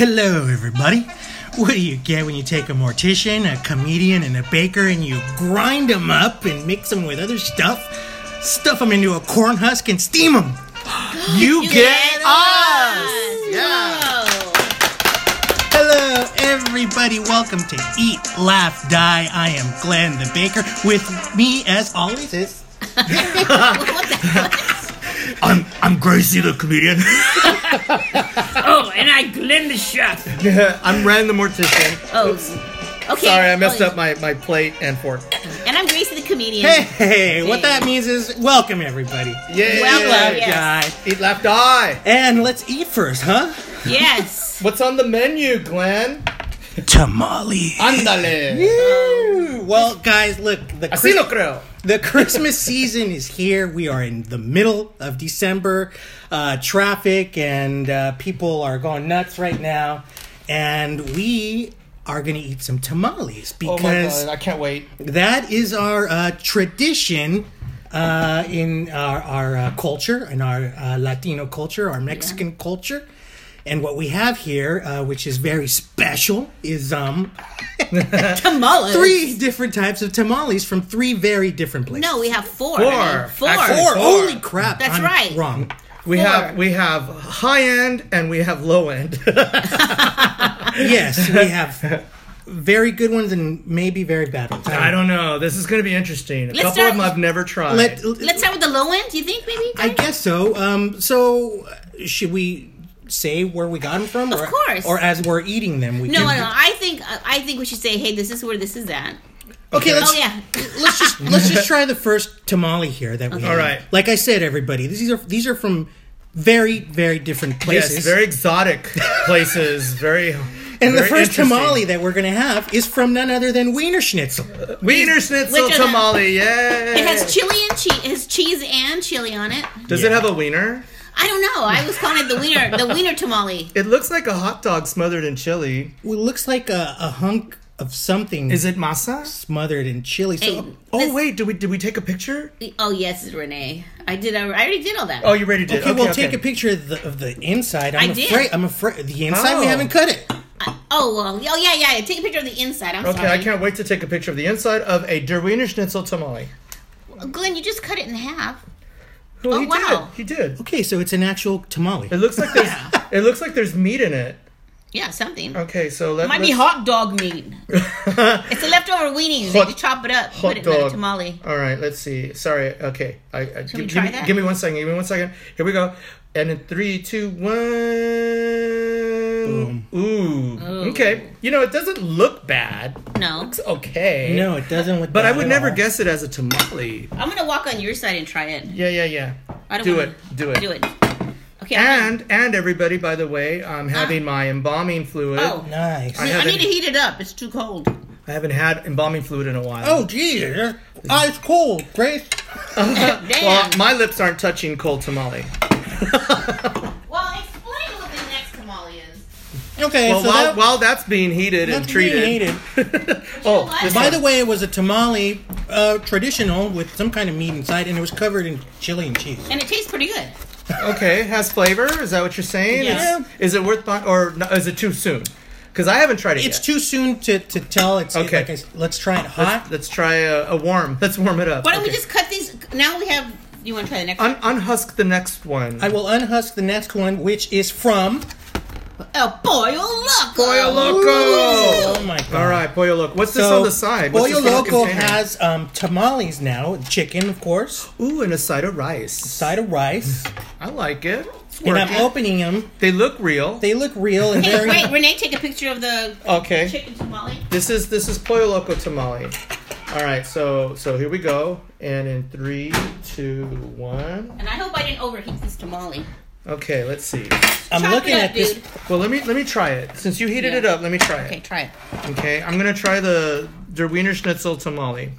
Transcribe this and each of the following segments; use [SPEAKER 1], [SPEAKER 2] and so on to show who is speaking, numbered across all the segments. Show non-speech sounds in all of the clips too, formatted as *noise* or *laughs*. [SPEAKER 1] Hello, everybody. What do you get when you take a mortician, a comedian, and a baker and you grind them up and mix them with other stuff, stuff them into a corn husk, and steam them? You, get us!
[SPEAKER 2] *laughs*
[SPEAKER 1] Hello, everybody. Welcome to Eat, Laugh, Die. I am Glenn the Baker. With me, as always, is.
[SPEAKER 3] I'm I'm Gracie the comedian.
[SPEAKER 2] Oh, and I Glenn the chef.
[SPEAKER 3] I'm Ren the mortician.
[SPEAKER 2] Oh, okay.
[SPEAKER 3] Sorry, I messed
[SPEAKER 2] Oh,
[SPEAKER 3] up my, my plate and fork.
[SPEAKER 2] And I'm Gracie the comedian.
[SPEAKER 1] Hey, what that means is welcome, everybody.
[SPEAKER 3] Yay!
[SPEAKER 2] Well,
[SPEAKER 1] Laugh,
[SPEAKER 2] yes.
[SPEAKER 1] Die.
[SPEAKER 3] Eat, laugh, die.
[SPEAKER 1] And let's eat first, huh?
[SPEAKER 3] *laughs*
[SPEAKER 2] Yes.
[SPEAKER 3] What's on the menu, Glenn?
[SPEAKER 1] Tamale.
[SPEAKER 3] Andale.
[SPEAKER 1] Well, guys, look, the,
[SPEAKER 3] Así
[SPEAKER 1] Chris-
[SPEAKER 3] lo creo.
[SPEAKER 1] the Christmas season is here. We are in the middle of December. Uh, traffic and uh, people are going nuts right now. And we are going to eat some tamales
[SPEAKER 3] Oh my
[SPEAKER 1] because
[SPEAKER 3] god, I can't wait.
[SPEAKER 1] that is our uh, tradition uh, in our, our uh, culture, in our uh, Latino culture, our Mexican culture. And what we have here, uh, which is very special, is um,
[SPEAKER 2] Tamales.
[SPEAKER 1] three different types of tamales from three very different places.
[SPEAKER 2] No, we have four.
[SPEAKER 3] Four.
[SPEAKER 2] I mean, four.
[SPEAKER 3] Actually,
[SPEAKER 1] Four.
[SPEAKER 3] Four.
[SPEAKER 1] Holy crap!
[SPEAKER 2] That's
[SPEAKER 1] I'm
[SPEAKER 2] right.
[SPEAKER 1] Wrong.
[SPEAKER 3] We
[SPEAKER 2] Four.
[SPEAKER 3] have we have high end and we have low end. *laughs*
[SPEAKER 1] Yes, we have very good ones and maybe very bad ones. Um,
[SPEAKER 3] I don't know. This is gonna be interesting. A couple
[SPEAKER 2] start-
[SPEAKER 3] of them I've never tried.
[SPEAKER 1] Let,
[SPEAKER 2] Let's start with the low end. Do you think maybe?
[SPEAKER 1] I guess so. Um, so uh, should we say where we got them from?
[SPEAKER 2] Of
[SPEAKER 1] or,
[SPEAKER 2] course.
[SPEAKER 1] Or as we're eating them, we
[SPEAKER 2] no,
[SPEAKER 1] can.
[SPEAKER 2] no, no. I think uh, I think we should say, hey, this is where this is at.
[SPEAKER 1] Okay, let's
[SPEAKER 2] Oh yeah.
[SPEAKER 1] let's just *laughs* let's just try the first tamale here that we. have.
[SPEAKER 3] All right.
[SPEAKER 1] Like I said, everybody, these are these are from very very different places.
[SPEAKER 3] yes, very *laughs* exotic places. Very
[SPEAKER 1] and the
[SPEAKER 3] very
[SPEAKER 1] first
[SPEAKER 3] interesting.
[SPEAKER 1] tamale that we're gonna have is from none other than Wiener Schnitzel.
[SPEAKER 3] Wiener schnitzel
[SPEAKER 2] Which are the-
[SPEAKER 3] tamale, yay!
[SPEAKER 2] It has chili and cheese. It has cheese and chili on it.
[SPEAKER 3] Does it
[SPEAKER 1] Yeah.
[SPEAKER 3] have a wiener?
[SPEAKER 2] I don't know. I was calling it the wiener, the wiener tamale.
[SPEAKER 3] It looks like a hot dog smothered in chili.
[SPEAKER 1] Well, it looks like a, a hunk of something
[SPEAKER 3] Is it masa?
[SPEAKER 1] smothered in chili. So,
[SPEAKER 2] Hey,
[SPEAKER 3] Oh
[SPEAKER 2] this-
[SPEAKER 3] wait, did we did we take a picture?
[SPEAKER 2] Oh yes, it's Renee. I did. I already did all that.
[SPEAKER 3] Oh, you ready to?
[SPEAKER 1] okay, well, take a picture of the, of the inside. I'm
[SPEAKER 2] I did.
[SPEAKER 1] afraid. I'm afraid the inside. We
[SPEAKER 3] Oh.
[SPEAKER 1] haven't cut it.
[SPEAKER 2] Oh well. Oh yeah, yeah. yeah. Take a picture of the inside. I'm
[SPEAKER 3] Okay,
[SPEAKER 2] sorry.
[SPEAKER 3] I can't wait to take a picture of the inside of a Der Wiener Schnitzel tamale.
[SPEAKER 2] Glenn, you just cut it in half.
[SPEAKER 3] Well,
[SPEAKER 2] Oh,
[SPEAKER 3] he
[SPEAKER 2] wow.
[SPEAKER 3] did. He did.
[SPEAKER 1] Okay, so it's an actual tamale.
[SPEAKER 3] It looks like there's. it looks like there's meat in it.
[SPEAKER 2] Yeah, something.
[SPEAKER 3] Okay, so let,
[SPEAKER 2] Might be
[SPEAKER 3] Uh, let's-
[SPEAKER 2] hot dog meat. it's the leftover weenies. They
[SPEAKER 3] Hot-
[SPEAKER 2] just chop it up,
[SPEAKER 3] Hot
[SPEAKER 2] put it in a
[SPEAKER 3] dog.
[SPEAKER 2] tamale.
[SPEAKER 3] *laughs* All right, let's see. Sorry. Okay. I, I, give,
[SPEAKER 2] we
[SPEAKER 3] give
[SPEAKER 2] try
[SPEAKER 3] me,
[SPEAKER 2] that?
[SPEAKER 3] give me one second. Give me one second. Here we go. And in three, two, one. Ooh. Okay. You know, it doesn't look bad.
[SPEAKER 2] No,
[SPEAKER 3] It's okay.
[SPEAKER 1] no, it doesn't. Look
[SPEAKER 3] But I
[SPEAKER 1] bad
[SPEAKER 3] would
[SPEAKER 1] at
[SPEAKER 3] never
[SPEAKER 1] all.
[SPEAKER 3] guess it as a tamale.
[SPEAKER 2] I'm gonna walk on your side and try it.
[SPEAKER 3] Yeah, yeah, yeah.
[SPEAKER 2] I don't
[SPEAKER 3] do
[SPEAKER 2] wanna-
[SPEAKER 3] it. Do it. Ah,
[SPEAKER 2] Do it. Okay. I'm
[SPEAKER 3] And and everybody, by the way, I'm
[SPEAKER 1] Ah.
[SPEAKER 3] having my embalming fluid.
[SPEAKER 2] gonna- oh,
[SPEAKER 1] Nice.
[SPEAKER 2] I,
[SPEAKER 3] haven't-
[SPEAKER 2] need to heat it up. It's too cold.
[SPEAKER 3] I haven't had embalming fluid in a while.
[SPEAKER 1] Oh, geez. Ice cold, Grace.
[SPEAKER 2] Oh, Damn.
[SPEAKER 3] Well,
[SPEAKER 2] Well,
[SPEAKER 3] my lips aren't touching
[SPEAKER 1] *laughs*
[SPEAKER 3] cold tamale.
[SPEAKER 2] explain what the next tamale is.
[SPEAKER 1] Okay,
[SPEAKER 3] Well,
[SPEAKER 1] so
[SPEAKER 3] while,
[SPEAKER 1] that,
[SPEAKER 3] while that's being heated and
[SPEAKER 1] that's
[SPEAKER 3] treated.
[SPEAKER 1] being
[SPEAKER 3] *laughs*
[SPEAKER 1] hated.
[SPEAKER 3] Oh,
[SPEAKER 2] what?
[SPEAKER 3] this
[SPEAKER 1] By
[SPEAKER 3] one.
[SPEAKER 1] the way, it was a tamale, uh, traditional, with some kind of meat inside, and it was covered in chili and cheese.
[SPEAKER 2] And it tastes pretty good.
[SPEAKER 3] Okay, it has flavor. Is that what you're saying?
[SPEAKER 2] Yes.
[SPEAKER 3] Is- Is it worth buying, or no, is it too soon? Because I haven't tried it
[SPEAKER 1] It's
[SPEAKER 3] yet.
[SPEAKER 1] too soon to, to tell. It's
[SPEAKER 3] Okay.
[SPEAKER 1] Like I s let's try it hot.
[SPEAKER 3] Let's try a, a warm. Let's warm it up.
[SPEAKER 2] Why don't we
[SPEAKER 3] Okay.
[SPEAKER 2] just cut these? Now we have. You want to try the next?
[SPEAKER 3] Un- unhusk the next one?
[SPEAKER 1] I will unhusk the next one, which is from.
[SPEAKER 2] one? Oh, pollo loco.
[SPEAKER 3] Pollo Loco.
[SPEAKER 1] Oh my god!
[SPEAKER 3] All right, Pollo Loco. What's this on the side? What's
[SPEAKER 1] Pollo
[SPEAKER 3] this little
[SPEAKER 1] Loco
[SPEAKER 3] container?
[SPEAKER 1] has um, tamales now, chicken, of course,
[SPEAKER 3] ooh and a side of rice.
[SPEAKER 1] side of rice,
[SPEAKER 3] I like Mm. it. It's
[SPEAKER 1] and I'm
[SPEAKER 3] working.
[SPEAKER 1] opening them.
[SPEAKER 3] They look real.
[SPEAKER 1] They look real and
[SPEAKER 2] Hey,
[SPEAKER 1] very.
[SPEAKER 2] wait, Renee, take a picture of the
[SPEAKER 3] okay.
[SPEAKER 2] chicken tamale.
[SPEAKER 3] This is this is Pollo Loco tamale. All right, so so here we go. And in three, two, one.
[SPEAKER 2] And I hope I didn't overheat this tamale.
[SPEAKER 3] Okay, let's see.
[SPEAKER 1] I'm
[SPEAKER 2] Chop
[SPEAKER 1] looking
[SPEAKER 2] it up,
[SPEAKER 1] at this.
[SPEAKER 2] dude.
[SPEAKER 3] Well, let me let me try it. Since you heated
[SPEAKER 2] Yeah.
[SPEAKER 3] it up, let me try
[SPEAKER 2] Okay,
[SPEAKER 3] it.
[SPEAKER 2] try it.
[SPEAKER 3] Okay, I'm gonna try the Der Wiener Schnitzel
[SPEAKER 2] *laughs*
[SPEAKER 3] tamale.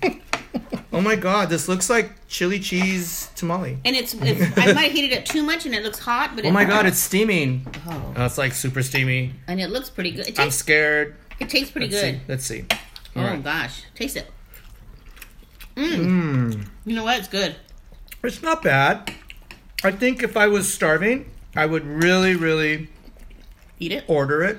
[SPEAKER 3] oh my god, this looks like chili cheese tamale.
[SPEAKER 2] And it's, it's I might have heated it too much, and it looks hot, but it,
[SPEAKER 3] Oh my god, it's steaming.
[SPEAKER 2] Oh.
[SPEAKER 3] Oh, it's like super steamy.
[SPEAKER 2] and it looks pretty good. It
[SPEAKER 3] I'm
[SPEAKER 2] tastes,
[SPEAKER 3] scared.
[SPEAKER 2] it tastes pretty
[SPEAKER 3] Let's
[SPEAKER 2] good.
[SPEAKER 3] see. Let's see.
[SPEAKER 2] Oh
[SPEAKER 3] All right.
[SPEAKER 2] gosh, taste it.
[SPEAKER 3] Mmm.
[SPEAKER 2] Mm. You know what? It's good.
[SPEAKER 3] It's not bad. I think if I was starving, I would really, really
[SPEAKER 2] Eat it.
[SPEAKER 3] Order it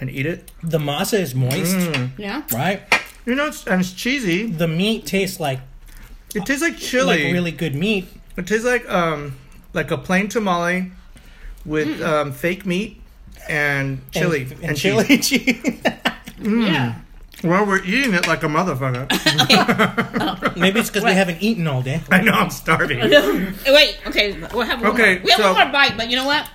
[SPEAKER 3] and eat it.
[SPEAKER 1] The masa is moist,
[SPEAKER 3] Mm.
[SPEAKER 2] Yeah.
[SPEAKER 1] right?
[SPEAKER 3] You know, it's, and it's cheesy.
[SPEAKER 1] The meat tastes like
[SPEAKER 3] It tastes like
[SPEAKER 1] like
[SPEAKER 3] chili.
[SPEAKER 1] really good meat.
[SPEAKER 3] It tastes like um like a plain tamale with um, fake meat and chili
[SPEAKER 1] Mm. and,
[SPEAKER 3] and,
[SPEAKER 1] and
[SPEAKER 3] cheese. *laughs*
[SPEAKER 1] chili *laughs* cheese.
[SPEAKER 3] Mmm.
[SPEAKER 2] Yeah.
[SPEAKER 3] Well, we're eating it like a motherfucker. *laughs*
[SPEAKER 1] Maybe it's because we haven't eaten all day.
[SPEAKER 3] I know I'm starving.
[SPEAKER 2] Wait. Okay. We'll have one
[SPEAKER 3] Okay,
[SPEAKER 2] more. We have
[SPEAKER 3] so-
[SPEAKER 2] one more bite, but you know
[SPEAKER 3] *laughs*
[SPEAKER 2] what?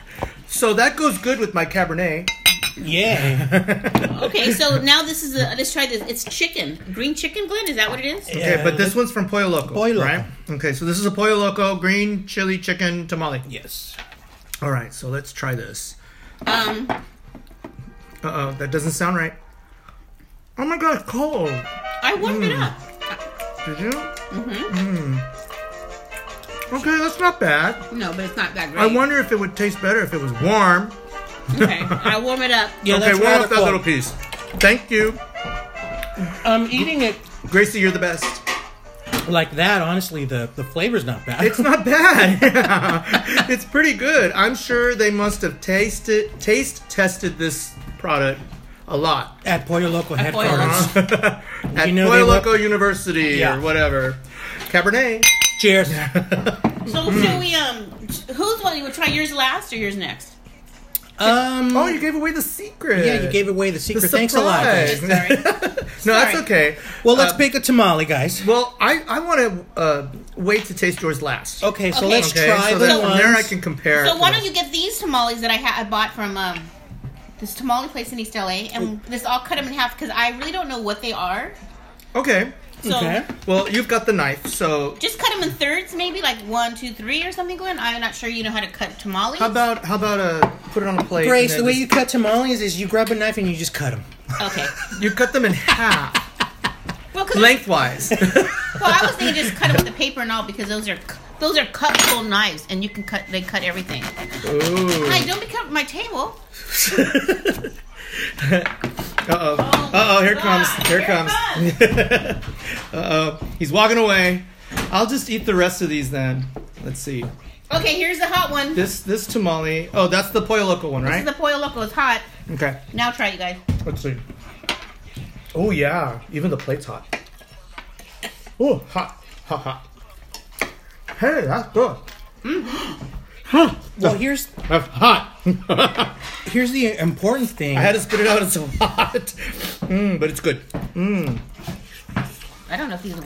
[SPEAKER 3] So that goes good with my Cabernet.
[SPEAKER 1] Yeah.
[SPEAKER 2] Okay. So now this is a, let's try this. It's chicken, green chicken. Glenn, is that what it is?
[SPEAKER 3] *laughs* Okay, but this one's from Pollo Loco,
[SPEAKER 1] Pollo Loco.
[SPEAKER 3] right? Okay, so this is a Pollo Loco green chili chicken tamale.
[SPEAKER 1] Yes.
[SPEAKER 3] All right, so let's try this.
[SPEAKER 2] Um.
[SPEAKER 3] Uh oh, that doesn't sound right. Oh my god, it's cold.
[SPEAKER 2] I warmed
[SPEAKER 3] Mm.
[SPEAKER 2] it up.
[SPEAKER 3] Did you? Mm-hmm. Okay, that's not bad.
[SPEAKER 2] No, but it's not that great.
[SPEAKER 3] I wonder if it would taste better if it was warm.
[SPEAKER 2] Okay. I warm it
[SPEAKER 3] *laughs*
[SPEAKER 2] up.
[SPEAKER 1] Yeah,
[SPEAKER 3] okay,
[SPEAKER 1] that's
[SPEAKER 3] warm
[SPEAKER 1] rather
[SPEAKER 3] up that
[SPEAKER 1] cool.
[SPEAKER 3] little piece. Thank you.
[SPEAKER 1] Um, eating it
[SPEAKER 3] Gracie, you're the best.
[SPEAKER 1] like that, honestly, the, the flavor's not bad.
[SPEAKER 3] It's not *laughs* bad. Yeah. It's pretty good. I'm sure they must have tasted taste tested this product a lot.
[SPEAKER 1] *laughs* at Pollo Loco
[SPEAKER 2] Pollo
[SPEAKER 1] headquarters.
[SPEAKER 3] Uh-huh. *laughs* At
[SPEAKER 1] You know
[SPEAKER 3] Pollo
[SPEAKER 1] they look-
[SPEAKER 3] Loco University
[SPEAKER 1] Yeah.
[SPEAKER 3] or whatever. Cabernet.
[SPEAKER 1] Cheers.
[SPEAKER 2] So
[SPEAKER 3] Hmm.
[SPEAKER 2] should we? Um. Who's one? You would try yours last or yours next?
[SPEAKER 1] Um,
[SPEAKER 3] *laughs* Oh, you gave away the secret.
[SPEAKER 1] yeah, you gave away the secret. Thanks a lot. guys.
[SPEAKER 3] surprise.
[SPEAKER 2] Sorry.
[SPEAKER 3] *laughs* No, that's
[SPEAKER 2] Sorry.
[SPEAKER 3] okay.
[SPEAKER 1] Well, let's
[SPEAKER 3] Uh,
[SPEAKER 1] bake a tamale, guys.
[SPEAKER 3] Well, I, I want to uh, wait to taste yours last.
[SPEAKER 1] Okay, so
[SPEAKER 2] Okay.
[SPEAKER 1] let's
[SPEAKER 3] Okay,
[SPEAKER 1] try
[SPEAKER 3] so
[SPEAKER 1] the
[SPEAKER 3] that from
[SPEAKER 1] ones.
[SPEAKER 3] there I can compare.
[SPEAKER 2] So why don't you get these tamales that I ha- I bought from um, this tamale place in East LA,
[SPEAKER 3] Mm.
[SPEAKER 2] and this I'll cut them in half because I really don't know what they are.
[SPEAKER 3] Okay.
[SPEAKER 2] So
[SPEAKER 1] Okay.
[SPEAKER 3] Well, you've got the knife, so
[SPEAKER 2] just cut them in thirds, maybe like one, two, three, or something. Glenn, I'm not sure you know how to cut tamales.
[SPEAKER 3] How about how about uh put it on a plate?
[SPEAKER 1] Grace, the
[SPEAKER 3] and
[SPEAKER 1] way
[SPEAKER 3] then
[SPEAKER 1] you cut tamales is you grab a knife and you just cut them.
[SPEAKER 2] okay.
[SPEAKER 3] just- you cut them in
[SPEAKER 1] *laughs*
[SPEAKER 3] half,
[SPEAKER 2] Well, 'cause-
[SPEAKER 3] *laughs* lengthwise.
[SPEAKER 2] well, I was thinking just cut them with the paper and all because those are c- those are cutable knives, and you can cut. They cut everything.
[SPEAKER 3] Ooh.
[SPEAKER 2] Hey, don't be cutting my table.
[SPEAKER 3] *laughs* Uh oh. Uh oh. Here comes. Here comes. *laughs* Uh oh. He's walking away. I'll just eat the rest of these then. Let's see.
[SPEAKER 2] Okay, here's the hot one. This
[SPEAKER 3] This this tamale. Oh, that's the pollo loco one,
[SPEAKER 2] is
[SPEAKER 3] right?
[SPEAKER 2] the pollo loco. It's hot.
[SPEAKER 3] Okay.
[SPEAKER 2] Now try, it, you guys.
[SPEAKER 3] Let's see. Oh yeah. Even the plate's hot. Oh, hot, hot, hot. Hey, that's good. Oh.
[SPEAKER 1] Well, here's
[SPEAKER 3] That's hot. *laughs*
[SPEAKER 1] here's the important thing.
[SPEAKER 3] I had to spit it out. It's so hot. Mm, but it's good.
[SPEAKER 2] I don't know if these are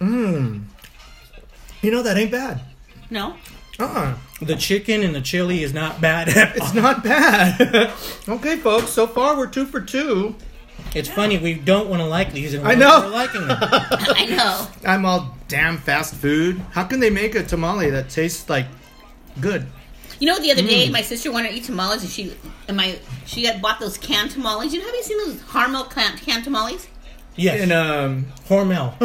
[SPEAKER 2] warm.
[SPEAKER 3] You know that ain't bad.
[SPEAKER 2] No. *laughs*
[SPEAKER 3] Uh. uh
[SPEAKER 1] the chicken and the chili is not
[SPEAKER 3] *laughs*
[SPEAKER 1] bad. *laughs* at all.
[SPEAKER 3] It's not bad. *laughs* okay, folks. So far, we're two for two.
[SPEAKER 1] It's funny we don't want to like these, and
[SPEAKER 3] I
[SPEAKER 1] we're-
[SPEAKER 3] know.
[SPEAKER 1] we're liking them.
[SPEAKER 3] *laughs*
[SPEAKER 2] I know.
[SPEAKER 3] I'm all damn fast food. How can they make a tamale that tastes like good?
[SPEAKER 2] You know, the other
[SPEAKER 3] Hmm.
[SPEAKER 2] day, my sister wanted to eat tamales, and she and my she had bought those canned tamales. You know, have you seen those Harmel canned, canned tamales?
[SPEAKER 1] Yes,
[SPEAKER 3] And *laughs* um,
[SPEAKER 1] Hormel.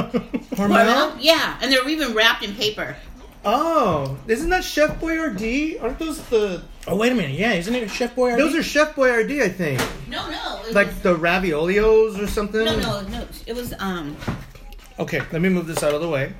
[SPEAKER 3] Hormel.
[SPEAKER 2] Yeah, and they're even wrapped in paper.
[SPEAKER 3] Oh, isn't that Chef Boyardee? Aren't those the?
[SPEAKER 1] oh wait a minute, yeah, isn't it Chef Boyardee?
[SPEAKER 3] Those are Chef Boyardee, I think.
[SPEAKER 2] No, no, it
[SPEAKER 3] Like the raviolis or something.
[SPEAKER 2] was, no, no, no. It was um.
[SPEAKER 3] Okay, let me move this out of the way.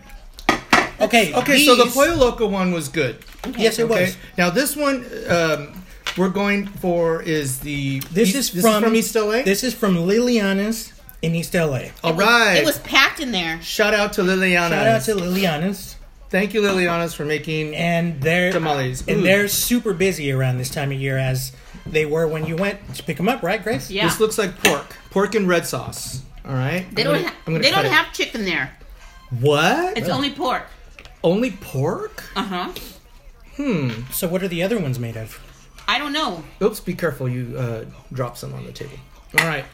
[SPEAKER 1] okay.
[SPEAKER 3] Okay, so the
[SPEAKER 1] these-
[SPEAKER 3] Pollo Loco one was good.
[SPEAKER 1] Yes, it
[SPEAKER 3] Okay.
[SPEAKER 1] was.
[SPEAKER 3] Now this one um, we're going for is the
[SPEAKER 1] This is from
[SPEAKER 3] East Oh, LA.
[SPEAKER 1] This is from Liliana's in East LA.
[SPEAKER 3] All right.
[SPEAKER 2] It was packed in there.
[SPEAKER 3] Shout out to Liliana.
[SPEAKER 1] Shout out to Liliana's,
[SPEAKER 3] Thank you, Lilianas, for making.
[SPEAKER 1] and they're
[SPEAKER 3] Tamales. Ooh.
[SPEAKER 1] and they're super busy around this time of year as they were when you went to pick them up, right, Grace?
[SPEAKER 2] Yeah,
[SPEAKER 3] This looks like pork, pork and red sauce. All right.
[SPEAKER 2] they
[SPEAKER 3] I'm
[SPEAKER 2] don't.
[SPEAKER 3] gonna-
[SPEAKER 2] ha-
[SPEAKER 3] I'm gonna
[SPEAKER 2] they
[SPEAKER 3] cut
[SPEAKER 2] don't
[SPEAKER 3] it.
[SPEAKER 2] have chicken there.
[SPEAKER 3] what?
[SPEAKER 2] It's only pork.
[SPEAKER 3] only pork.
[SPEAKER 2] Uh huh.
[SPEAKER 1] So what are the other ones made of?
[SPEAKER 2] I don't know.
[SPEAKER 3] Oops! Be careful. You uh, drop some on the table. All right.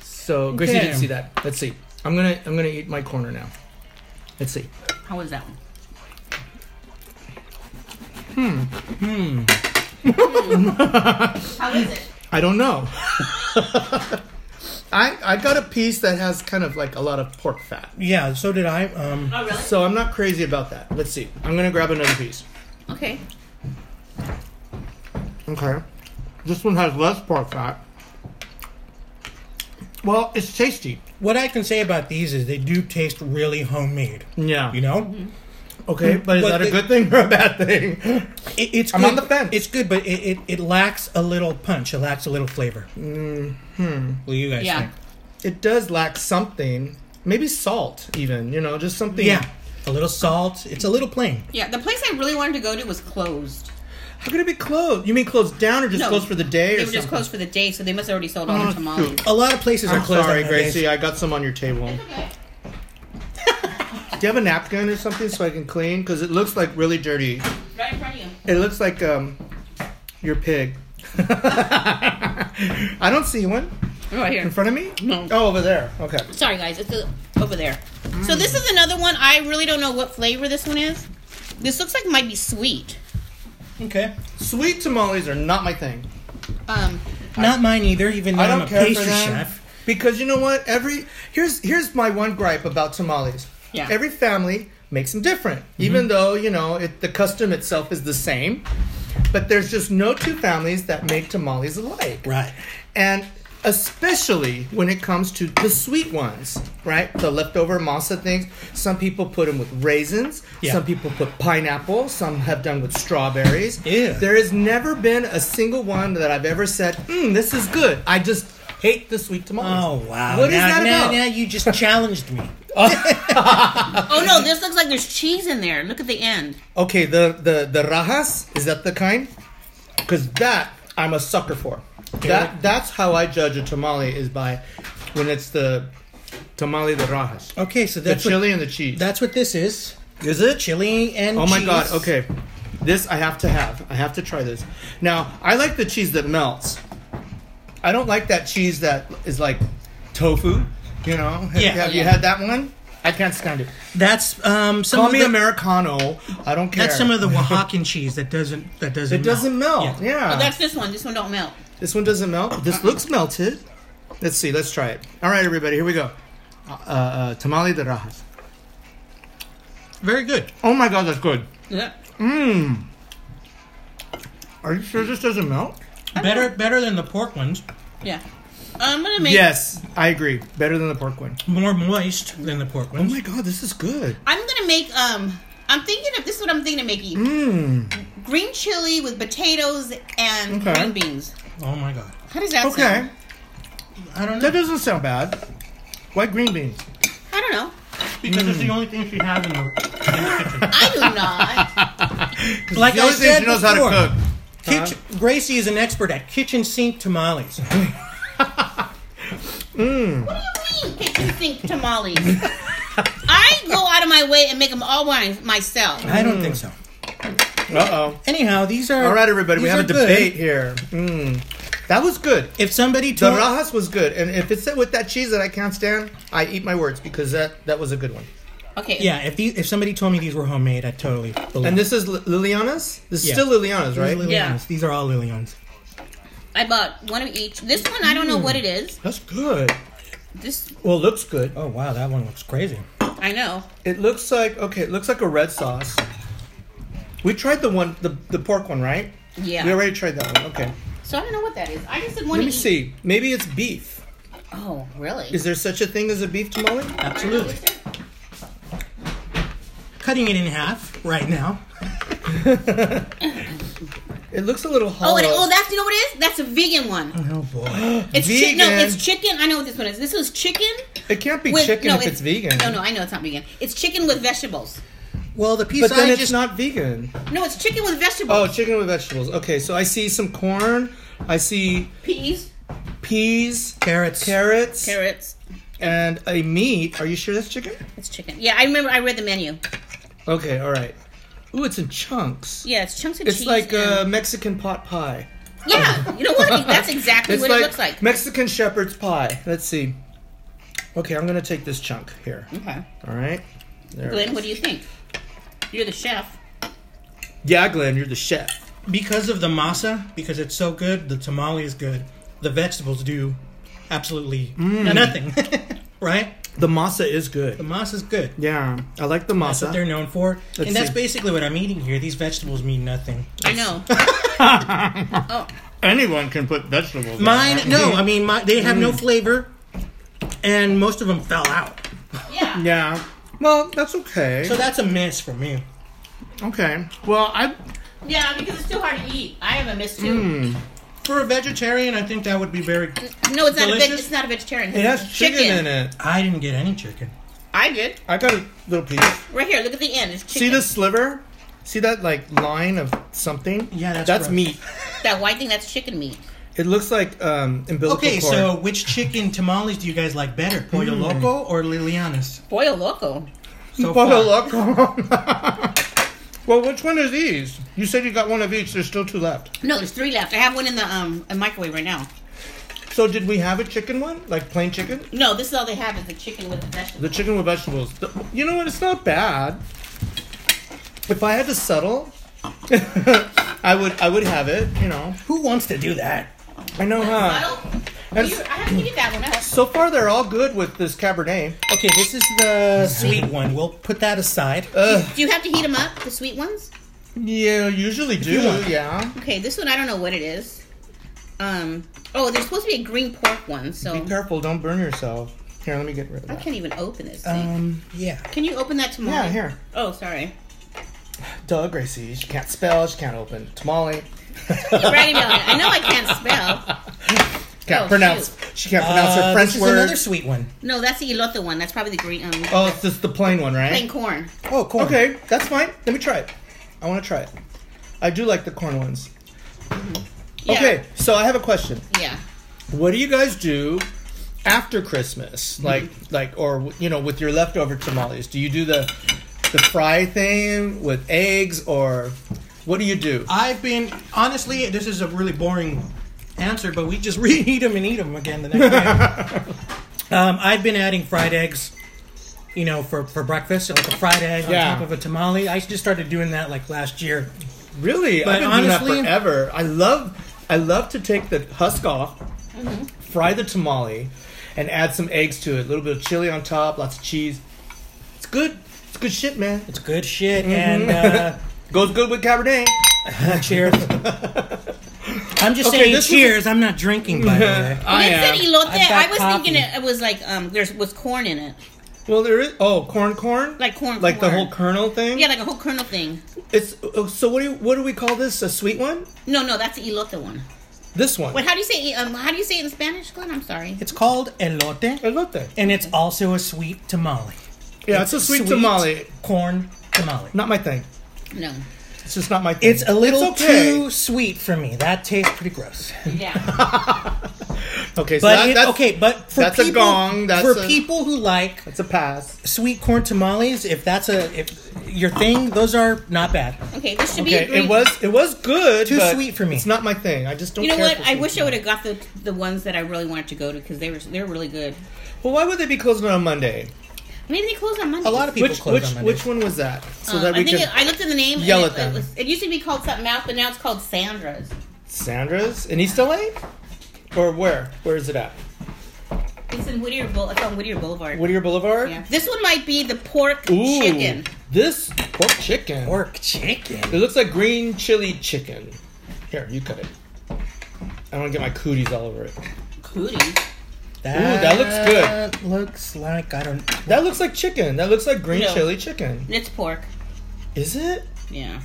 [SPEAKER 3] So Gracie
[SPEAKER 1] Okay.
[SPEAKER 3] didn't see that. Let's see. I'm gonna I'm gonna eat my corner now. Let's see.
[SPEAKER 2] How was that one? Hmm. *laughs* Hmm. How is it?
[SPEAKER 3] I don't know. *laughs* I I got a piece that has kind of like a lot of pork fat.
[SPEAKER 1] Yeah, so did I. Um,
[SPEAKER 2] Oh, really?
[SPEAKER 3] So I'm not crazy about that. Let's see. I'm gonna grab another piece.
[SPEAKER 2] Okay.
[SPEAKER 3] Okay. This one has less pork fat. Well, it's tasty.
[SPEAKER 1] what I can say about these is they do taste really homemade.
[SPEAKER 3] Yeah.
[SPEAKER 2] Mm-hmm.
[SPEAKER 1] You know, Okay,
[SPEAKER 3] But is that a
[SPEAKER 1] it-
[SPEAKER 3] good thing or a bad thing? *laughs*
[SPEAKER 1] It, it's
[SPEAKER 3] I'm
[SPEAKER 1] good.
[SPEAKER 3] on the fence.
[SPEAKER 1] It's good, but it, it, it lacks a little punch. It lacks a little flavor. Mm-hmm. What do you guys
[SPEAKER 2] Yeah.
[SPEAKER 1] think?
[SPEAKER 3] It does lack something. Maybe salt, even. You know, just something.
[SPEAKER 1] Yeah, a little salt. It's a little plain.
[SPEAKER 2] Yeah, the place I really wanted to go to was closed.
[SPEAKER 3] How could it be closed? You mean closed down or just
[SPEAKER 2] No,
[SPEAKER 3] closed for the day
[SPEAKER 2] They
[SPEAKER 3] or
[SPEAKER 2] were
[SPEAKER 3] something? Oh,
[SPEAKER 2] just closed for the day, so they must have already sold all their tamales.
[SPEAKER 1] A lot of places
[SPEAKER 3] I'm
[SPEAKER 1] are closed.
[SPEAKER 3] sorry,
[SPEAKER 1] on Mondays.
[SPEAKER 3] Gracie. I got some on
[SPEAKER 2] *laughs*
[SPEAKER 3] your table. Do you have a napkin or something so I can clean? Because it looks like really dirty.
[SPEAKER 2] Right in front of you.
[SPEAKER 3] It looks like um, your pig. *laughs* I don't see one
[SPEAKER 2] Oh, Right
[SPEAKER 3] in
[SPEAKER 2] here.
[SPEAKER 3] front of me.
[SPEAKER 2] No.
[SPEAKER 3] Oh, over there. Okay.
[SPEAKER 2] Sorry, guys. It's uh, over there. So
[SPEAKER 3] Hmm.
[SPEAKER 2] this is another one. I really don't know what flavor this one is. This looks like it might be sweet.
[SPEAKER 1] Okay.
[SPEAKER 3] Sweet tamales are not my thing.
[SPEAKER 2] Um,
[SPEAKER 1] Not mine either. Even though
[SPEAKER 3] I
[SPEAKER 1] I'm
[SPEAKER 3] don't
[SPEAKER 1] a
[SPEAKER 3] care
[SPEAKER 1] pastry
[SPEAKER 3] for them
[SPEAKER 1] chef.
[SPEAKER 3] because you know what? Every here's here's my one gripe about tamales.
[SPEAKER 2] Yeah.
[SPEAKER 3] Every family makes them different,
[SPEAKER 1] Mm-hmm.
[SPEAKER 3] even though you know it, the custom itself is the same. But there's just no two families that make tamales alike.
[SPEAKER 1] Right.
[SPEAKER 3] And especially when it comes to the sweet ones, right? The leftover masa things. Some people put them with raisins.
[SPEAKER 1] Yeah.
[SPEAKER 3] Some people put pineapple. Some have done with strawberries.
[SPEAKER 1] Ew.
[SPEAKER 3] There has never been a single one that I've ever said, mm, this is good. I just hate the sweet
[SPEAKER 1] Oh
[SPEAKER 3] tamales.
[SPEAKER 1] wow.
[SPEAKER 3] What is
[SPEAKER 1] now,
[SPEAKER 3] that
[SPEAKER 1] now,
[SPEAKER 3] about?
[SPEAKER 1] now you just challenged me.
[SPEAKER 2] oh no, this looks like there's cheese in there. Look at the end.
[SPEAKER 3] Okay, the, the, the rajas, is that the kind? Because that I'm a sucker for. That That's how I judge a tamale is by when it's the tamale de rajas.
[SPEAKER 1] Okay, so
[SPEAKER 3] The
[SPEAKER 1] that's
[SPEAKER 3] chili
[SPEAKER 1] What,
[SPEAKER 3] and the cheese.
[SPEAKER 1] that's what this is.
[SPEAKER 3] Is it?
[SPEAKER 1] Chili and
[SPEAKER 3] Oh my
[SPEAKER 1] cheese.
[SPEAKER 3] god, okay. This I have to have. I have to try this. Now, I like the cheese that melts. I don't like that cheese that is like tofu, you know? Have-
[SPEAKER 1] Yeah.
[SPEAKER 3] Have you
[SPEAKER 2] Yeah.
[SPEAKER 3] had that one? I can't stand it.
[SPEAKER 1] That's um some
[SPEAKER 3] Call
[SPEAKER 1] of
[SPEAKER 3] me
[SPEAKER 1] the,
[SPEAKER 3] Americano. I don't care.
[SPEAKER 1] That's some of
[SPEAKER 3] *laughs*
[SPEAKER 1] the Oaxacan cheese that doesn't that doesn't
[SPEAKER 3] It doesn't melt.
[SPEAKER 1] Yeah.
[SPEAKER 3] Yeah.
[SPEAKER 2] Oh, that's this one. This one don't melt.
[SPEAKER 3] this one doesn't melt. This looks melted. Let's see. Let's try it. All right, everybody. Here we go. Uh, uh, tamale de rajas.
[SPEAKER 1] Very good.
[SPEAKER 3] Oh my god, that's good.
[SPEAKER 2] Yeah.
[SPEAKER 3] Mmm. Are you sure this doesn't melt?
[SPEAKER 1] Better better than the pork ones.
[SPEAKER 2] Yeah. I'm gonna make.
[SPEAKER 3] Yes, I agree. Better than the pork one.
[SPEAKER 1] More moist than the pork
[SPEAKER 3] Oh
[SPEAKER 1] ones.
[SPEAKER 3] my god, this is good.
[SPEAKER 2] I'm gonna make. Um, I'm thinking of this. Is what I'm thinking of making.
[SPEAKER 3] Mmm.
[SPEAKER 2] Green chili with potatoes and
[SPEAKER 3] Okay.
[SPEAKER 2] green beans.
[SPEAKER 1] Oh my god.
[SPEAKER 2] How does that
[SPEAKER 3] Okay.
[SPEAKER 2] sound?
[SPEAKER 1] I don't know.
[SPEAKER 3] That doesn't sound bad. Why green beans?
[SPEAKER 2] I don't know.
[SPEAKER 1] because it's the only thing she has in the,
[SPEAKER 2] I do
[SPEAKER 3] *laughs*
[SPEAKER 2] not.
[SPEAKER 1] like
[SPEAKER 3] The
[SPEAKER 1] I
[SPEAKER 3] only thing
[SPEAKER 1] said
[SPEAKER 3] she knows
[SPEAKER 1] before,
[SPEAKER 3] how to cook.
[SPEAKER 1] Kitchen, Gracie is an expert at kitchen sink tamales.
[SPEAKER 2] what do you mean kitchen sink tamales? I go out of my way and make them all by myself.
[SPEAKER 1] I don't think so.
[SPEAKER 3] Uh oh.
[SPEAKER 1] Anyhow, these are
[SPEAKER 3] All right, everybody, we
[SPEAKER 1] these
[SPEAKER 3] have a
[SPEAKER 1] are good.
[SPEAKER 3] debate here. Mmm. That was good.
[SPEAKER 1] If somebody
[SPEAKER 3] The
[SPEAKER 1] told
[SPEAKER 3] rajas was good, and if it's with that cheese that I can't stand, I eat my words because that that was a good one.
[SPEAKER 2] Okay.
[SPEAKER 1] yeah, if these, if somebody told me these were homemade, I totally believe.
[SPEAKER 3] And this is Li- Liliana's. This is
[SPEAKER 1] Yeah.
[SPEAKER 3] still Liliana's,
[SPEAKER 1] These are
[SPEAKER 3] right?
[SPEAKER 1] Lilians.
[SPEAKER 2] Yeah.
[SPEAKER 1] These are all Lilians.
[SPEAKER 2] I bought one of each. This one I don't know what it is.
[SPEAKER 3] That's good.
[SPEAKER 2] This
[SPEAKER 3] Well, it looks good.
[SPEAKER 1] Oh wow, that one looks crazy.
[SPEAKER 2] I know.
[SPEAKER 3] It looks like okay. It looks like a red sauce. We tried the one, the the pork one, right?
[SPEAKER 2] Yeah.
[SPEAKER 3] We already tried that one. Okay.
[SPEAKER 2] So I don't know what that is. I just did one.
[SPEAKER 3] Let
[SPEAKER 2] to
[SPEAKER 3] me
[SPEAKER 2] eat.
[SPEAKER 3] see. Maybe it's beef.
[SPEAKER 2] Oh, really?
[SPEAKER 3] Is there such a thing as a beef tamale?
[SPEAKER 1] Absolutely. Cutting it in half right now.
[SPEAKER 3] It looks a little hollow.
[SPEAKER 2] oh, and, oh, that's you know what it is? That's a vegan
[SPEAKER 3] Mm.
[SPEAKER 2] one.
[SPEAKER 1] Oh boy.
[SPEAKER 2] It's chi- no,
[SPEAKER 3] Vegan.
[SPEAKER 2] it's chicken. I know what this one is. This is chicken
[SPEAKER 3] it can't be
[SPEAKER 2] with
[SPEAKER 3] chicken
[SPEAKER 2] no,
[SPEAKER 3] if it's, vegan.
[SPEAKER 2] No, no, I know it's not vegan. It's chicken with vegetables.
[SPEAKER 1] *gasps* Well, the piece
[SPEAKER 3] But then
[SPEAKER 1] I
[SPEAKER 3] it's
[SPEAKER 1] just
[SPEAKER 3] not vegan.
[SPEAKER 2] No, it's chicken with
[SPEAKER 3] Oh,
[SPEAKER 2] vegetables.
[SPEAKER 3] chicken with vegetables. Okay, so I see some corn. I see
[SPEAKER 2] Peas,
[SPEAKER 3] peas,
[SPEAKER 1] carrots.
[SPEAKER 3] carrots,
[SPEAKER 2] carrots.
[SPEAKER 3] and a meat. Are you sure that's chicken?
[SPEAKER 2] It's chicken. Yeah, I remember. I read the menu.
[SPEAKER 3] Okay, all right. Ooh, it's in chunks.
[SPEAKER 2] Yeah, it's chunks of
[SPEAKER 3] It's
[SPEAKER 2] cheese.
[SPEAKER 3] like uh,
[SPEAKER 2] and-
[SPEAKER 3] Mexican pot pie.
[SPEAKER 2] yeah. You know what?
[SPEAKER 3] *laughs*
[SPEAKER 2] That's exactly
[SPEAKER 3] It's
[SPEAKER 2] what
[SPEAKER 3] like,
[SPEAKER 2] it looks like.
[SPEAKER 3] Mexican shepherd's pie. Let's see. Okay, I'm gonna take this chunk here.
[SPEAKER 2] Okay,
[SPEAKER 3] All right. There. it
[SPEAKER 2] Glenn,
[SPEAKER 3] is.
[SPEAKER 2] what do you think? You're the chef.
[SPEAKER 3] Yeah, Glenn, you're the chef.
[SPEAKER 1] because of the masa, because it's so good, the tamale is good. The vegetables do absolutely nothing, *laughs* right?
[SPEAKER 3] The masa is
[SPEAKER 1] The
[SPEAKER 3] good.
[SPEAKER 1] masa's good.
[SPEAKER 3] Yeah, I like the
[SPEAKER 1] That's what they're
[SPEAKER 3] masa.
[SPEAKER 1] known for, and that's
[SPEAKER 3] see.
[SPEAKER 1] basically what I'm eating here. These vegetables mean nothing.
[SPEAKER 2] I
[SPEAKER 3] *laughs*
[SPEAKER 2] know. oh,
[SPEAKER 3] Anyone can put vegetables. in
[SPEAKER 1] Mine,
[SPEAKER 3] it.
[SPEAKER 1] no, I mean, my, they have no flavor, and most of them fell out.
[SPEAKER 2] yeah.
[SPEAKER 3] Yeah. Well, that's okay.
[SPEAKER 1] So that's a miss for me.
[SPEAKER 3] Okay. Well, I
[SPEAKER 2] Yeah, because it's too hard to eat. I haven't missed
[SPEAKER 3] Hmm.
[SPEAKER 2] two.
[SPEAKER 3] for a vegetarian, I think that would be very.
[SPEAKER 2] No, it's not a veg-
[SPEAKER 3] Delicious?
[SPEAKER 2] It's not a vegetarian.
[SPEAKER 3] It has
[SPEAKER 2] It's
[SPEAKER 3] chicken, in it.
[SPEAKER 1] I didn't get any chicken.
[SPEAKER 2] I did.
[SPEAKER 3] I got a little piece.
[SPEAKER 2] Right here. Look at the end. It's chicken.
[SPEAKER 3] See the sliver? See that like line of something?
[SPEAKER 1] Yeah, that's
[SPEAKER 3] that's
[SPEAKER 1] gross.
[SPEAKER 3] meat.
[SPEAKER 2] That white thing. That's chicken meat.
[SPEAKER 3] It looks like um, umbilical
[SPEAKER 1] Okay,
[SPEAKER 3] cord. *laughs*
[SPEAKER 1] so which chicken tamales do you guys like better, Pollo
[SPEAKER 3] Hmm.
[SPEAKER 1] Loco or Liliana's?
[SPEAKER 2] Boy, loco.
[SPEAKER 1] So
[SPEAKER 3] What a
[SPEAKER 1] far?
[SPEAKER 3] look. well, which one is these? You said you got one of each. There's still two left.
[SPEAKER 2] No, there's three left. I have one in the um a microwave right now.
[SPEAKER 3] So did we have a chicken one, like plain chicken?
[SPEAKER 2] No, this is all they have is the chicken with the vegetables.
[SPEAKER 3] The chicken with vegetables. The- you know what? It's not bad. If I had to settle, *laughs* I would. I would have it. You know.
[SPEAKER 1] Who wants to do that?
[SPEAKER 3] I know, huh?
[SPEAKER 2] Well,
[SPEAKER 3] uh, That's-
[SPEAKER 2] Oh, you- I have to get that one up.
[SPEAKER 3] So far, they're all good with this cabernet.
[SPEAKER 1] Okay, this is the sweet
[SPEAKER 3] Hmm.
[SPEAKER 1] one. We'll put that aside.
[SPEAKER 3] Uh,
[SPEAKER 2] Do you have to heat them up? The sweet ones.
[SPEAKER 3] Yeah, usually do.
[SPEAKER 1] you want.
[SPEAKER 3] Yeah.
[SPEAKER 2] Okay, this one I don't know what it is. Um. Oh, there's supposed to be a green pork one, so
[SPEAKER 3] Be
[SPEAKER 2] I
[SPEAKER 3] careful. Don't burn yourself. Here, let me get rid of that.
[SPEAKER 2] can't even open this thing.
[SPEAKER 1] Um, yeah.
[SPEAKER 2] Can you open that tomorrow?
[SPEAKER 3] Yeah, here.
[SPEAKER 2] Oh, sorry.
[SPEAKER 3] Doug Gracie. She can't spell. She can't open. Tamale.
[SPEAKER 2] Brady Miller. I know I can't spell.
[SPEAKER 3] *laughs* Can't
[SPEAKER 2] Oh,
[SPEAKER 3] pronounce. She can't pronounce
[SPEAKER 1] Uh,
[SPEAKER 3] her French
[SPEAKER 1] this is
[SPEAKER 3] word.
[SPEAKER 1] another sweet one.
[SPEAKER 2] No, that's the elote one. That's probably the green um
[SPEAKER 3] oh, it's just the plain one, right?
[SPEAKER 2] plain corn.
[SPEAKER 1] Oh, corn.
[SPEAKER 3] Okay, that's fine. Let me try it. I want to try it. I do like the corn ones.
[SPEAKER 2] Yeah.
[SPEAKER 3] Okay, so I have a question.
[SPEAKER 2] Yeah.
[SPEAKER 3] What do you guys do after Christmas? Like, like, or you know, with your leftover tamales? Do you do the the fry thing with eggs, or what do you do?
[SPEAKER 1] I've been honestly, this is a really boring answer, but we just *laughs* reheat them and eat them again the next day.
[SPEAKER 3] *laughs*
[SPEAKER 1] um, I've been adding fried eggs, you know, for for breakfast, like a fried egg
[SPEAKER 3] Yeah.
[SPEAKER 1] on top of a tamale. I just started doing that like last year.
[SPEAKER 3] Really,
[SPEAKER 1] But
[SPEAKER 3] I've been
[SPEAKER 1] honestly-
[SPEAKER 3] doing that forever. I love, I love to take the husk off, fry the tamale, and add some eggs to it. A little bit of chili on top, lots of cheese. It's good. It's good shit, man.
[SPEAKER 1] It's good shit,
[SPEAKER 3] Mm-hmm. *laughs*
[SPEAKER 1] and
[SPEAKER 3] Goes good with Cabernet.
[SPEAKER 1] uh, cheers. I'm just
[SPEAKER 3] Okay,
[SPEAKER 1] saying
[SPEAKER 3] this was-
[SPEAKER 1] cheers. I'm not drinking,
[SPEAKER 3] *laughs*
[SPEAKER 1] by the way.
[SPEAKER 3] I
[SPEAKER 2] when it said
[SPEAKER 3] am.
[SPEAKER 2] elote,
[SPEAKER 1] I've got
[SPEAKER 2] I was thinking
[SPEAKER 1] coffee.
[SPEAKER 2] it, it was like um there's was corn in it.
[SPEAKER 3] Well, there is oh corn, corn,
[SPEAKER 2] Like corn
[SPEAKER 3] like the
[SPEAKER 2] corn.
[SPEAKER 3] whole kernel thing.
[SPEAKER 2] Yeah, like a whole kernel thing.
[SPEAKER 3] It's oh, so what do you, what do we call this? A sweet one?
[SPEAKER 2] No, no, that's the elote one.
[SPEAKER 3] This one.
[SPEAKER 2] Wait, how do you say um how do you say it in Spanish, Glenn? I'm sorry.
[SPEAKER 1] It's called elote,
[SPEAKER 3] Elote.
[SPEAKER 1] and it's also a sweet tamale.
[SPEAKER 3] Yeah, it's, a sweet, tamale.
[SPEAKER 1] corn tamale.
[SPEAKER 3] Not my thing.
[SPEAKER 2] No.
[SPEAKER 3] It's just not my thing.
[SPEAKER 1] It's a little
[SPEAKER 3] It's okay.
[SPEAKER 1] too sweet for me. That tastes pretty gross.
[SPEAKER 3] *laughs*
[SPEAKER 2] Yeah.
[SPEAKER 3] Okay, so
[SPEAKER 1] But
[SPEAKER 3] that-
[SPEAKER 1] it-
[SPEAKER 3] that's,
[SPEAKER 1] okay, but for
[SPEAKER 3] that's a
[SPEAKER 1] people,
[SPEAKER 3] gong, that's
[SPEAKER 1] for
[SPEAKER 3] a-
[SPEAKER 1] people who like
[SPEAKER 3] It's a pass.
[SPEAKER 1] sweet corn tamales, if that's a if your thing, those are not bad.
[SPEAKER 2] Okay, this should be a
[SPEAKER 3] Okay,
[SPEAKER 2] green.
[SPEAKER 3] it was it was good.
[SPEAKER 1] Too
[SPEAKER 3] but
[SPEAKER 1] sweet for me.
[SPEAKER 3] It's not my thing. I just don't.
[SPEAKER 2] you know
[SPEAKER 3] care
[SPEAKER 2] what?
[SPEAKER 3] for
[SPEAKER 2] I
[SPEAKER 3] sweet
[SPEAKER 2] wish I would have got the the ones that I really wanted to go to because they were they're really good.
[SPEAKER 3] tamale. Well, why would they be closing on Monday?
[SPEAKER 2] Maybe they close on Monday.
[SPEAKER 1] A lot of people
[SPEAKER 3] which
[SPEAKER 1] close
[SPEAKER 3] which
[SPEAKER 1] on Mondays.
[SPEAKER 3] which one was that? So
[SPEAKER 2] Um,
[SPEAKER 3] that we
[SPEAKER 2] I think
[SPEAKER 3] can
[SPEAKER 2] it, I looked at the name. and
[SPEAKER 3] yell
[SPEAKER 2] it,
[SPEAKER 3] at them.
[SPEAKER 2] It, was, it used to be called something else, but now it's called Sandra's.
[SPEAKER 3] *laughs* Sandra's in East LA, or where? Where is it at?
[SPEAKER 2] It's in Whittier. Boul- It's on Whittier Boulevard.
[SPEAKER 3] Whittier Boulevard.
[SPEAKER 2] Yeah. This one might be the pork
[SPEAKER 3] Ooh,
[SPEAKER 2] chicken.
[SPEAKER 3] This pork chicken.
[SPEAKER 1] Pork chicken.
[SPEAKER 3] It looks like green chili chicken. Here, you cut it. I want to get my cooties all over it.
[SPEAKER 2] Cooties.
[SPEAKER 3] that looks good.
[SPEAKER 1] That Looks like I don't.
[SPEAKER 3] That looks like chicken. That looks like green
[SPEAKER 2] No.
[SPEAKER 3] chili chicken.
[SPEAKER 2] It's pork.
[SPEAKER 3] Is it?
[SPEAKER 2] Yeah.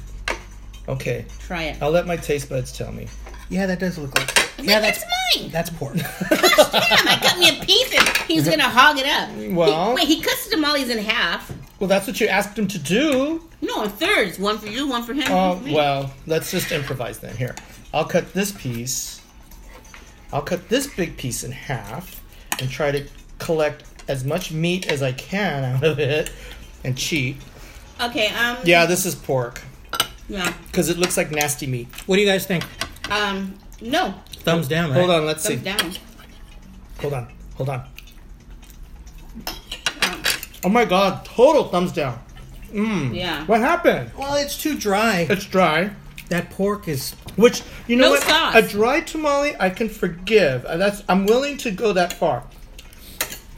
[SPEAKER 3] Okay.
[SPEAKER 2] Try it.
[SPEAKER 3] I'll let my taste buds tell me.
[SPEAKER 1] Yeah, that does look like.
[SPEAKER 2] yeah,
[SPEAKER 1] Yeah,
[SPEAKER 2] that's
[SPEAKER 1] that's
[SPEAKER 2] mine.
[SPEAKER 1] that's pork.
[SPEAKER 3] *laughs*
[SPEAKER 2] Damn, I cut me a piece and he's gonna hog it up.
[SPEAKER 3] Well-
[SPEAKER 2] He, wait, he cuts the tamales in half.
[SPEAKER 3] Well, that's what you asked him to do.
[SPEAKER 2] *laughs* No, in thirds. One for you, one for him.
[SPEAKER 3] Oh,
[SPEAKER 2] one for me.
[SPEAKER 3] well, let's just improvise then. Here. I'll cut this piece. I'll cut this big piece in half and try to collect as much meat as I can out of it and cheat.
[SPEAKER 2] Okay. Um.
[SPEAKER 3] Yeah, this is pork
[SPEAKER 2] Yeah.
[SPEAKER 3] because it looks like nasty meat.
[SPEAKER 1] What do you guys think?
[SPEAKER 2] Um. No.
[SPEAKER 1] Thumbs down, right?
[SPEAKER 3] Hold on, let's see.
[SPEAKER 2] Thumbs down.
[SPEAKER 3] Hold on, hold on. Oh my god, total thumbs down.
[SPEAKER 2] Yeah.
[SPEAKER 3] Hmm. What happened?
[SPEAKER 1] Well, it's too dry.
[SPEAKER 3] It's dry.
[SPEAKER 1] That pork is.
[SPEAKER 3] Which you know
[SPEAKER 2] No
[SPEAKER 3] what?
[SPEAKER 2] sauce.
[SPEAKER 3] A dry tamale I can forgive. Uh, That's I'm willing to go that far.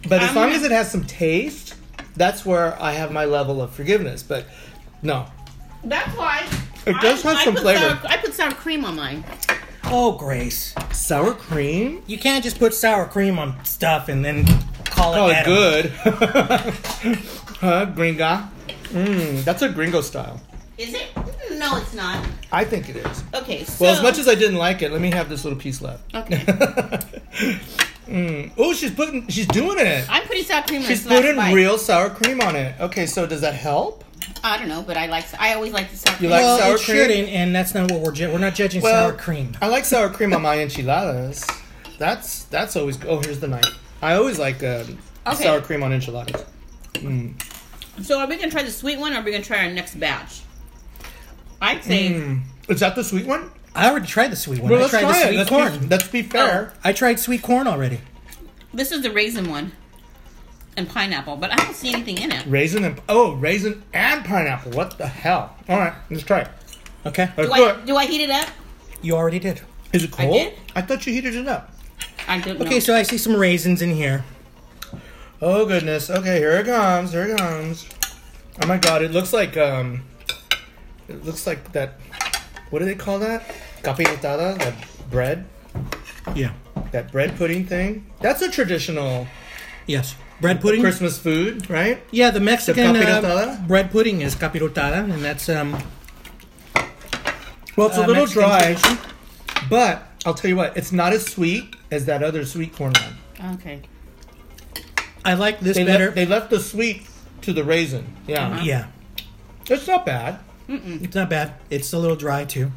[SPEAKER 3] But as
[SPEAKER 2] I'm
[SPEAKER 3] long
[SPEAKER 2] gonna-
[SPEAKER 3] as it has some taste, that's where I have my level of forgiveness. But no.
[SPEAKER 2] That's why.
[SPEAKER 3] It does have some
[SPEAKER 2] put
[SPEAKER 3] flavor.
[SPEAKER 2] sour- I put sour cream on mine.
[SPEAKER 1] Oh, Grace.
[SPEAKER 3] Sour cream?
[SPEAKER 1] You can't just put sour cream on stuff and then call it.
[SPEAKER 3] Oh,
[SPEAKER 1] edible.
[SPEAKER 3] *laughs* good. huh, gringa? Mmm, that's a Mm, gringo style.
[SPEAKER 2] Is it? No, it's not.
[SPEAKER 3] I think it is.
[SPEAKER 2] Okay, so
[SPEAKER 3] Well, as much as I didn't like it, let me have this little piece left. *laughs*
[SPEAKER 2] Okay.
[SPEAKER 3] Mm. Oh, she's putting, she's doing it.
[SPEAKER 2] I'm putting sour cream in
[SPEAKER 3] She's
[SPEAKER 2] this last
[SPEAKER 3] putting
[SPEAKER 2] bite.
[SPEAKER 3] real sour cream on it. Okay, so does that help?
[SPEAKER 2] I don't know, but I like. I always like the sour cream.
[SPEAKER 3] like-
[SPEAKER 1] well,
[SPEAKER 3] sour
[SPEAKER 1] it
[SPEAKER 3] cream?
[SPEAKER 1] shouldn't, and that's not what we're ju- we're not judging
[SPEAKER 3] Well,
[SPEAKER 1] sour cream.
[SPEAKER 3] I like sour cream on my enchiladas. That's that's always. Oh, here's the knife. I always like um,
[SPEAKER 2] Okay.
[SPEAKER 3] sour cream on enchiladas.
[SPEAKER 2] so, are we gonna try the sweet one, or are we gonna try our next batch? I'd say
[SPEAKER 3] Hmm. Is that the sweet one?
[SPEAKER 1] I already tried the sweet one.
[SPEAKER 3] Well,
[SPEAKER 1] I
[SPEAKER 3] let's
[SPEAKER 1] tried
[SPEAKER 3] try
[SPEAKER 1] the
[SPEAKER 3] it.
[SPEAKER 1] sweet
[SPEAKER 3] Let's
[SPEAKER 1] corn. Oh.
[SPEAKER 3] be, let's be fair.
[SPEAKER 1] I tried sweet corn already.
[SPEAKER 2] this is the raisin one and pineapple, but I don't see anything in it.
[SPEAKER 3] Raisin and oh, raisin and pineapple. What the hell? All right, let's try it.
[SPEAKER 1] Okay,
[SPEAKER 3] Let's
[SPEAKER 2] Do
[SPEAKER 3] do
[SPEAKER 2] I,
[SPEAKER 3] it.
[SPEAKER 2] do I heat it up?
[SPEAKER 1] you already did.
[SPEAKER 3] Is it
[SPEAKER 2] I
[SPEAKER 3] cold?
[SPEAKER 2] did.
[SPEAKER 3] I thought you heated it up.
[SPEAKER 2] I don't know.
[SPEAKER 1] Okay, so I see some raisins in here.
[SPEAKER 3] Oh goodness. Okay, here it comes. Here it comes. Oh my god, it looks like um, it looks like that. What do they call that? Capirotada, that bread,
[SPEAKER 1] Yeah.
[SPEAKER 3] that bread pudding thing. That's a traditional
[SPEAKER 1] Yes. Bread pudding.
[SPEAKER 3] Christmas food, right?
[SPEAKER 1] Yeah, the Mexican
[SPEAKER 3] The
[SPEAKER 1] uh,
[SPEAKER 3] capirotada?
[SPEAKER 1] bread pudding is capirotada, and that's um.
[SPEAKER 3] Well, it's a
[SPEAKER 1] uh,
[SPEAKER 3] little
[SPEAKER 1] Mexican
[SPEAKER 3] dry,
[SPEAKER 1] tradition.
[SPEAKER 3] but I'll tell you what, it's not as sweet as that other sweet corn one.
[SPEAKER 2] Okay.
[SPEAKER 1] I like this
[SPEAKER 3] They
[SPEAKER 1] better.
[SPEAKER 3] left, they left the sweet to the raisin. Yeah,
[SPEAKER 1] yeah,
[SPEAKER 3] it's not bad.
[SPEAKER 1] it's not bad. It's a little dry too.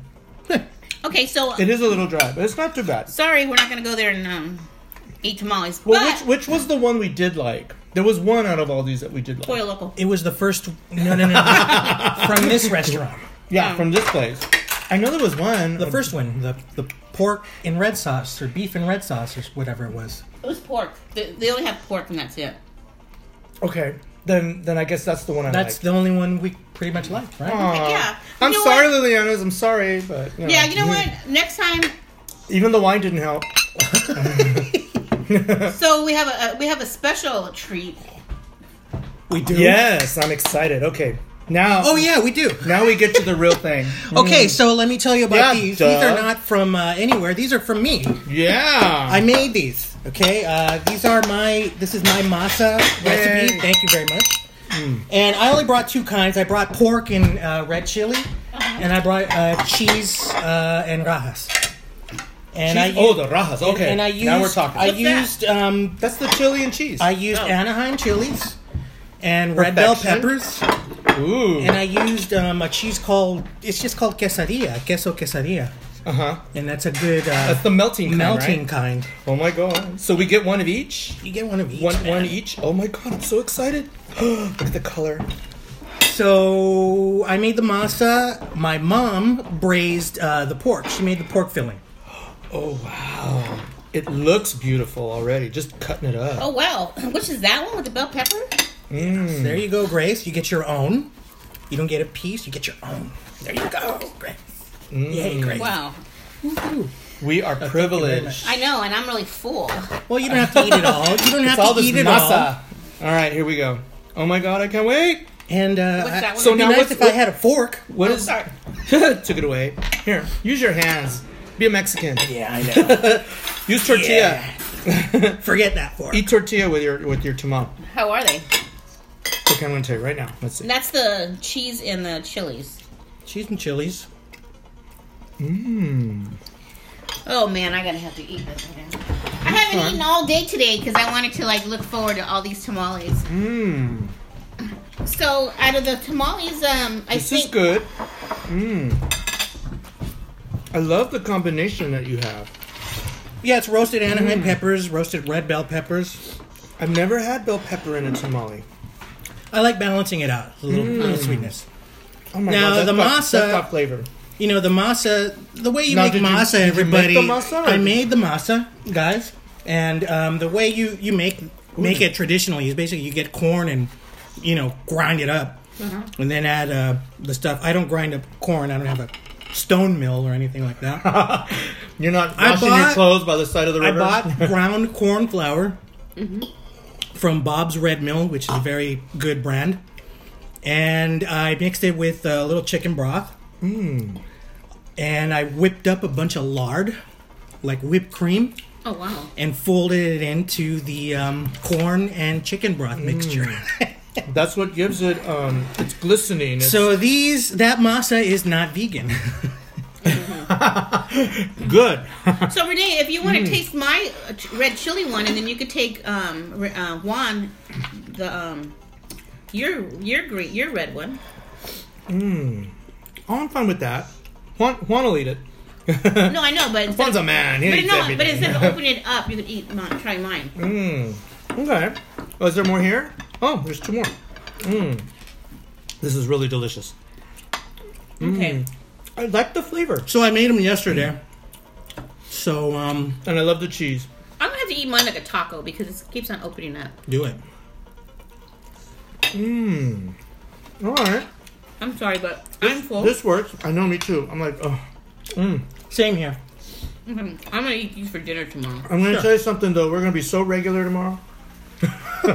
[SPEAKER 2] Okay, so
[SPEAKER 3] It is a little dry, but it's not too bad.
[SPEAKER 2] sorry, we're not gonna go there and um, eat tamales.
[SPEAKER 3] Well,
[SPEAKER 2] but
[SPEAKER 3] which which was the one we did like? There was one out of all these that we did like.
[SPEAKER 2] Pollo Loco.
[SPEAKER 1] It was the first. No, no, no.
[SPEAKER 3] *laughs*
[SPEAKER 1] no. from this restaurant,
[SPEAKER 3] Yeah,
[SPEAKER 2] Oh.
[SPEAKER 3] from this place. I know there was one.
[SPEAKER 1] the first one, the the pork in red sauce or beef in red sauce or whatever it was.
[SPEAKER 2] It was pork. They, they only have pork, and that's it.
[SPEAKER 3] Okay, then then I guess that's the one I
[SPEAKER 1] That's
[SPEAKER 3] like.
[SPEAKER 1] the only one we pretty much liked, right?
[SPEAKER 3] Aw.
[SPEAKER 2] Yeah.
[SPEAKER 3] Uh, I'm
[SPEAKER 2] You know
[SPEAKER 3] sorry,
[SPEAKER 2] what?
[SPEAKER 3] Lilianas. I'm sorry, but you know,
[SPEAKER 2] Yeah, you know what?
[SPEAKER 3] *laughs*
[SPEAKER 2] Next time,
[SPEAKER 3] even the wine didn't help.
[SPEAKER 2] so we have a, a we have a special treat.
[SPEAKER 1] We do.
[SPEAKER 3] Yes, I'm excited. Okay, now
[SPEAKER 1] Oh yeah, we do.
[SPEAKER 3] now we get to the
[SPEAKER 2] *laughs*
[SPEAKER 3] real thing. Oh.
[SPEAKER 1] Okay, so let me tell you about
[SPEAKER 3] Yeah,
[SPEAKER 1] these.
[SPEAKER 3] duh.
[SPEAKER 1] These are not from uh, anywhere. These are from me.
[SPEAKER 3] Yeah,
[SPEAKER 1] I made these. Okay, uh, these are my. This is my masa recipe.
[SPEAKER 3] Yay. Hmm.
[SPEAKER 1] Thank you very much. And I only brought two kinds. I brought pork and uh, red chili, and I brought uh, cheese uh, and rajas. And I
[SPEAKER 3] Cheese- oh the rajas. Okay,
[SPEAKER 1] and I used
[SPEAKER 3] now we're talking.
[SPEAKER 1] I
[SPEAKER 2] What's that?
[SPEAKER 1] used um,
[SPEAKER 3] that's the chili and cheese.
[SPEAKER 1] I used Anaheim chilies and red bell
[SPEAKER 3] Perfection.
[SPEAKER 1] peppers,
[SPEAKER 3] Ooh.
[SPEAKER 1] and I used um, a cheese called it's just called quesadilla, queso quesadilla,
[SPEAKER 3] uh huh.
[SPEAKER 1] and that's a good uh,
[SPEAKER 3] That's the melting kind,
[SPEAKER 1] melting
[SPEAKER 3] right?
[SPEAKER 1] kind.
[SPEAKER 3] Oh my god. So we get one of each.
[SPEAKER 1] You get one of each.
[SPEAKER 3] One
[SPEAKER 1] man.
[SPEAKER 3] one each. Oh my god, I'm so excited. *gasps* Look at the color.
[SPEAKER 1] So I made the masa. My mom braised uh, the pork. She made the pork filling.
[SPEAKER 3] Oh wow. It looks beautiful already. Just cutting it up.
[SPEAKER 2] Oh wow, *clears throat* which is that one with the bell pepper?
[SPEAKER 3] Hmm.
[SPEAKER 1] There you go, Grace. You get your own. You don't get a piece. You get your own. There you go, Grace. Yay,
[SPEAKER 3] Hmm.
[SPEAKER 1] Grace.
[SPEAKER 2] Wow,
[SPEAKER 1] Woo-hoo.
[SPEAKER 3] We are privileged.
[SPEAKER 2] I know, and I'm really full.
[SPEAKER 1] Well, you don't have to eat it all. You don't
[SPEAKER 3] It's
[SPEAKER 1] have
[SPEAKER 3] all
[SPEAKER 1] to
[SPEAKER 3] this
[SPEAKER 1] eat it
[SPEAKER 3] masa.
[SPEAKER 1] all.
[SPEAKER 3] All right, here we go. Oh my god, I can't wait.
[SPEAKER 1] And uh,
[SPEAKER 2] What's that
[SPEAKER 1] I-
[SPEAKER 2] one?
[SPEAKER 1] so
[SPEAKER 2] So
[SPEAKER 1] now,
[SPEAKER 3] now
[SPEAKER 1] nice
[SPEAKER 3] what's-
[SPEAKER 1] if I had a
[SPEAKER 3] *laughs*
[SPEAKER 1] fork.
[SPEAKER 3] What
[SPEAKER 2] Oh,
[SPEAKER 3] is-
[SPEAKER 2] sorry.
[SPEAKER 3] Took it away. Here, use your hands. Be a Mexican.
[SPEAKER 1] Yeah, I know.
[SPEAKER 3] Use tortilla.
[SPEAKER 1] *laughs* Yeah.
[SPEAKER 3] *laughs*
[SPEAKER 1] Forget that fork.
[SPEAKER 3] Eat tortilla with your with your tamal.
[SPEAKER 2] How are they?
[SPEAKER 3] Okay, I'm gonna tell you right now. Let's see.
[SPEAKER 2] And that's the cheese and the chilies.
[SPEAKER 1] Cheese and chilies.
[SPEAKER 2] Oh man, I gotta have to eat this. Right now. I haven't
[SPEAKER 3] Okay.
[SPEAKER 2] eaten all day today because I wanted to like look forward to all these tamales.
[SPEAKER 3] Mmm.
[SPEAKER 2] So out of the tamales, um, I
[SPEAKER 3] This
[SPEAKER 2] think
[SPEAKER 3] is good. Mmm. I love the combination that you have.
[SPEAKER 1] Yeah, it's roasted Anaheim
[SPEAKER 3] Mm.
[SPEAKER 1] peppers, roasted red bell peppers.
[SPEAKER 3] I've never had bell pepper in a tamale.
[SPEAKER 1] I like balancing it out. A little, little
[SPEAKER 3] Mm.
[SPEAKER 1] sweetness.
[SPEAKER 3] Oh my
[SPEAKER 1] Now,
[SPEAKER 3] god, that's
[SPEAKER 1] the
[SPEAKER 3] got-
[SPEAKER 1] masa-
[SPEAKER 3] that's got flavor. *laughs*
[SPEAKER 1] You know the masa. The way you
[SPEAKER 3] Now,
[SPEAKER 1] make
[SPEAKER 3] did you-
[SPEAKER 1] masa,
[SPEAKER 3] did you make
[SPEAKER 1] everybody.
[SPEAKER 3] the masa, or-
[SPEAKER 1] I made the masa, guys, and um, the way you you make make it traditionally is basically you get corn and you know grind it up,
[SPEAKER 3] Uh-huh.
[SPEAKER 1] and then add uh, the stuff. I don't grind up corn. I don't have a stone mill or anything like that.
[SPEAKER 3] You're not
[SPEAKER 1] I
[SPEAKER 3] washing your
[SPEAKER 1] bought-
[SPEAKER 3] clothes by the side of the
[SPEAKER 1] I
[SPEAKER 3] river. *laughs*
[SPEAKER 1] bought ground corn flour from Bob's Red Mill, which is a very good brand, and I mixed it with a little chicken broth. Mm.
[SPEAKER 3] Hmm.
[SPEAKER 1] And I whipped up a bunch of lard, like whipped cream,
[SPEAKER 2] Oh wow.
[SPEAKER 3] Hmm.
[SPEAKER 1] and folded it into the um, corn and chicken broth mixture.
[SPEAKER 3] That's what gives it. Um, it's glistening. It's
[SPEAKER 1] *laughs* So these that masa is not vegan. *laughs*
[SPEAKER 3] good. *laughs*
[SPEAKER 2] So Renee, if you want to taste my uh, ch- red chili one, and then you could take um, re- uh, Juan, the um, your your green your red *laughs* one.
[SPEAKER 3] oh, I'm fine with that. Juan, Juan will eat it.
[SPEAKER 2] No, I know, but instead
[SPEAKER 3] Juan's a
[SPEAKER 2] of-
[SPEAKER 3] man. He
[SPEAKER 2] But
[SPEAKER 3] eats
[SPEAKER 2] no, but
[SPEAKER 3] everything.
[SPEAKER 2] instead of opening it up, you could eat mine, try mine.
[SPEAKER 3] Mm. Okay. Oh, is there more here? Oh, there's two more. Mmm. This is really delicious.
[SPEAKER 2] Okay.
[SPEAKER 3] I like the flavor.
[SPEAKER 1] so I made them yesterday. So um,
[SPEAKER 3] And I love the cheese.
[SPEAKER 2] I'm gonna have to eat mine like a taco because it keeps on opening up.
[SPEAKER 1] do it.
[SPEAKER 3] Mmm. All right.
[SPEAKER 2] I'm sorry, but I'm full.
[SPEAKER 3] This works. I know, me too. I'm like, oh. Mm.
[SPEAKER 1] Same here.
[SPEAKER 2] Mhm. I'm gonna eat these for dinner tomorrow.
[SPEAKER 3] I'm going to tell you something, though. We're going to be so regular tomorrow. *laughs* if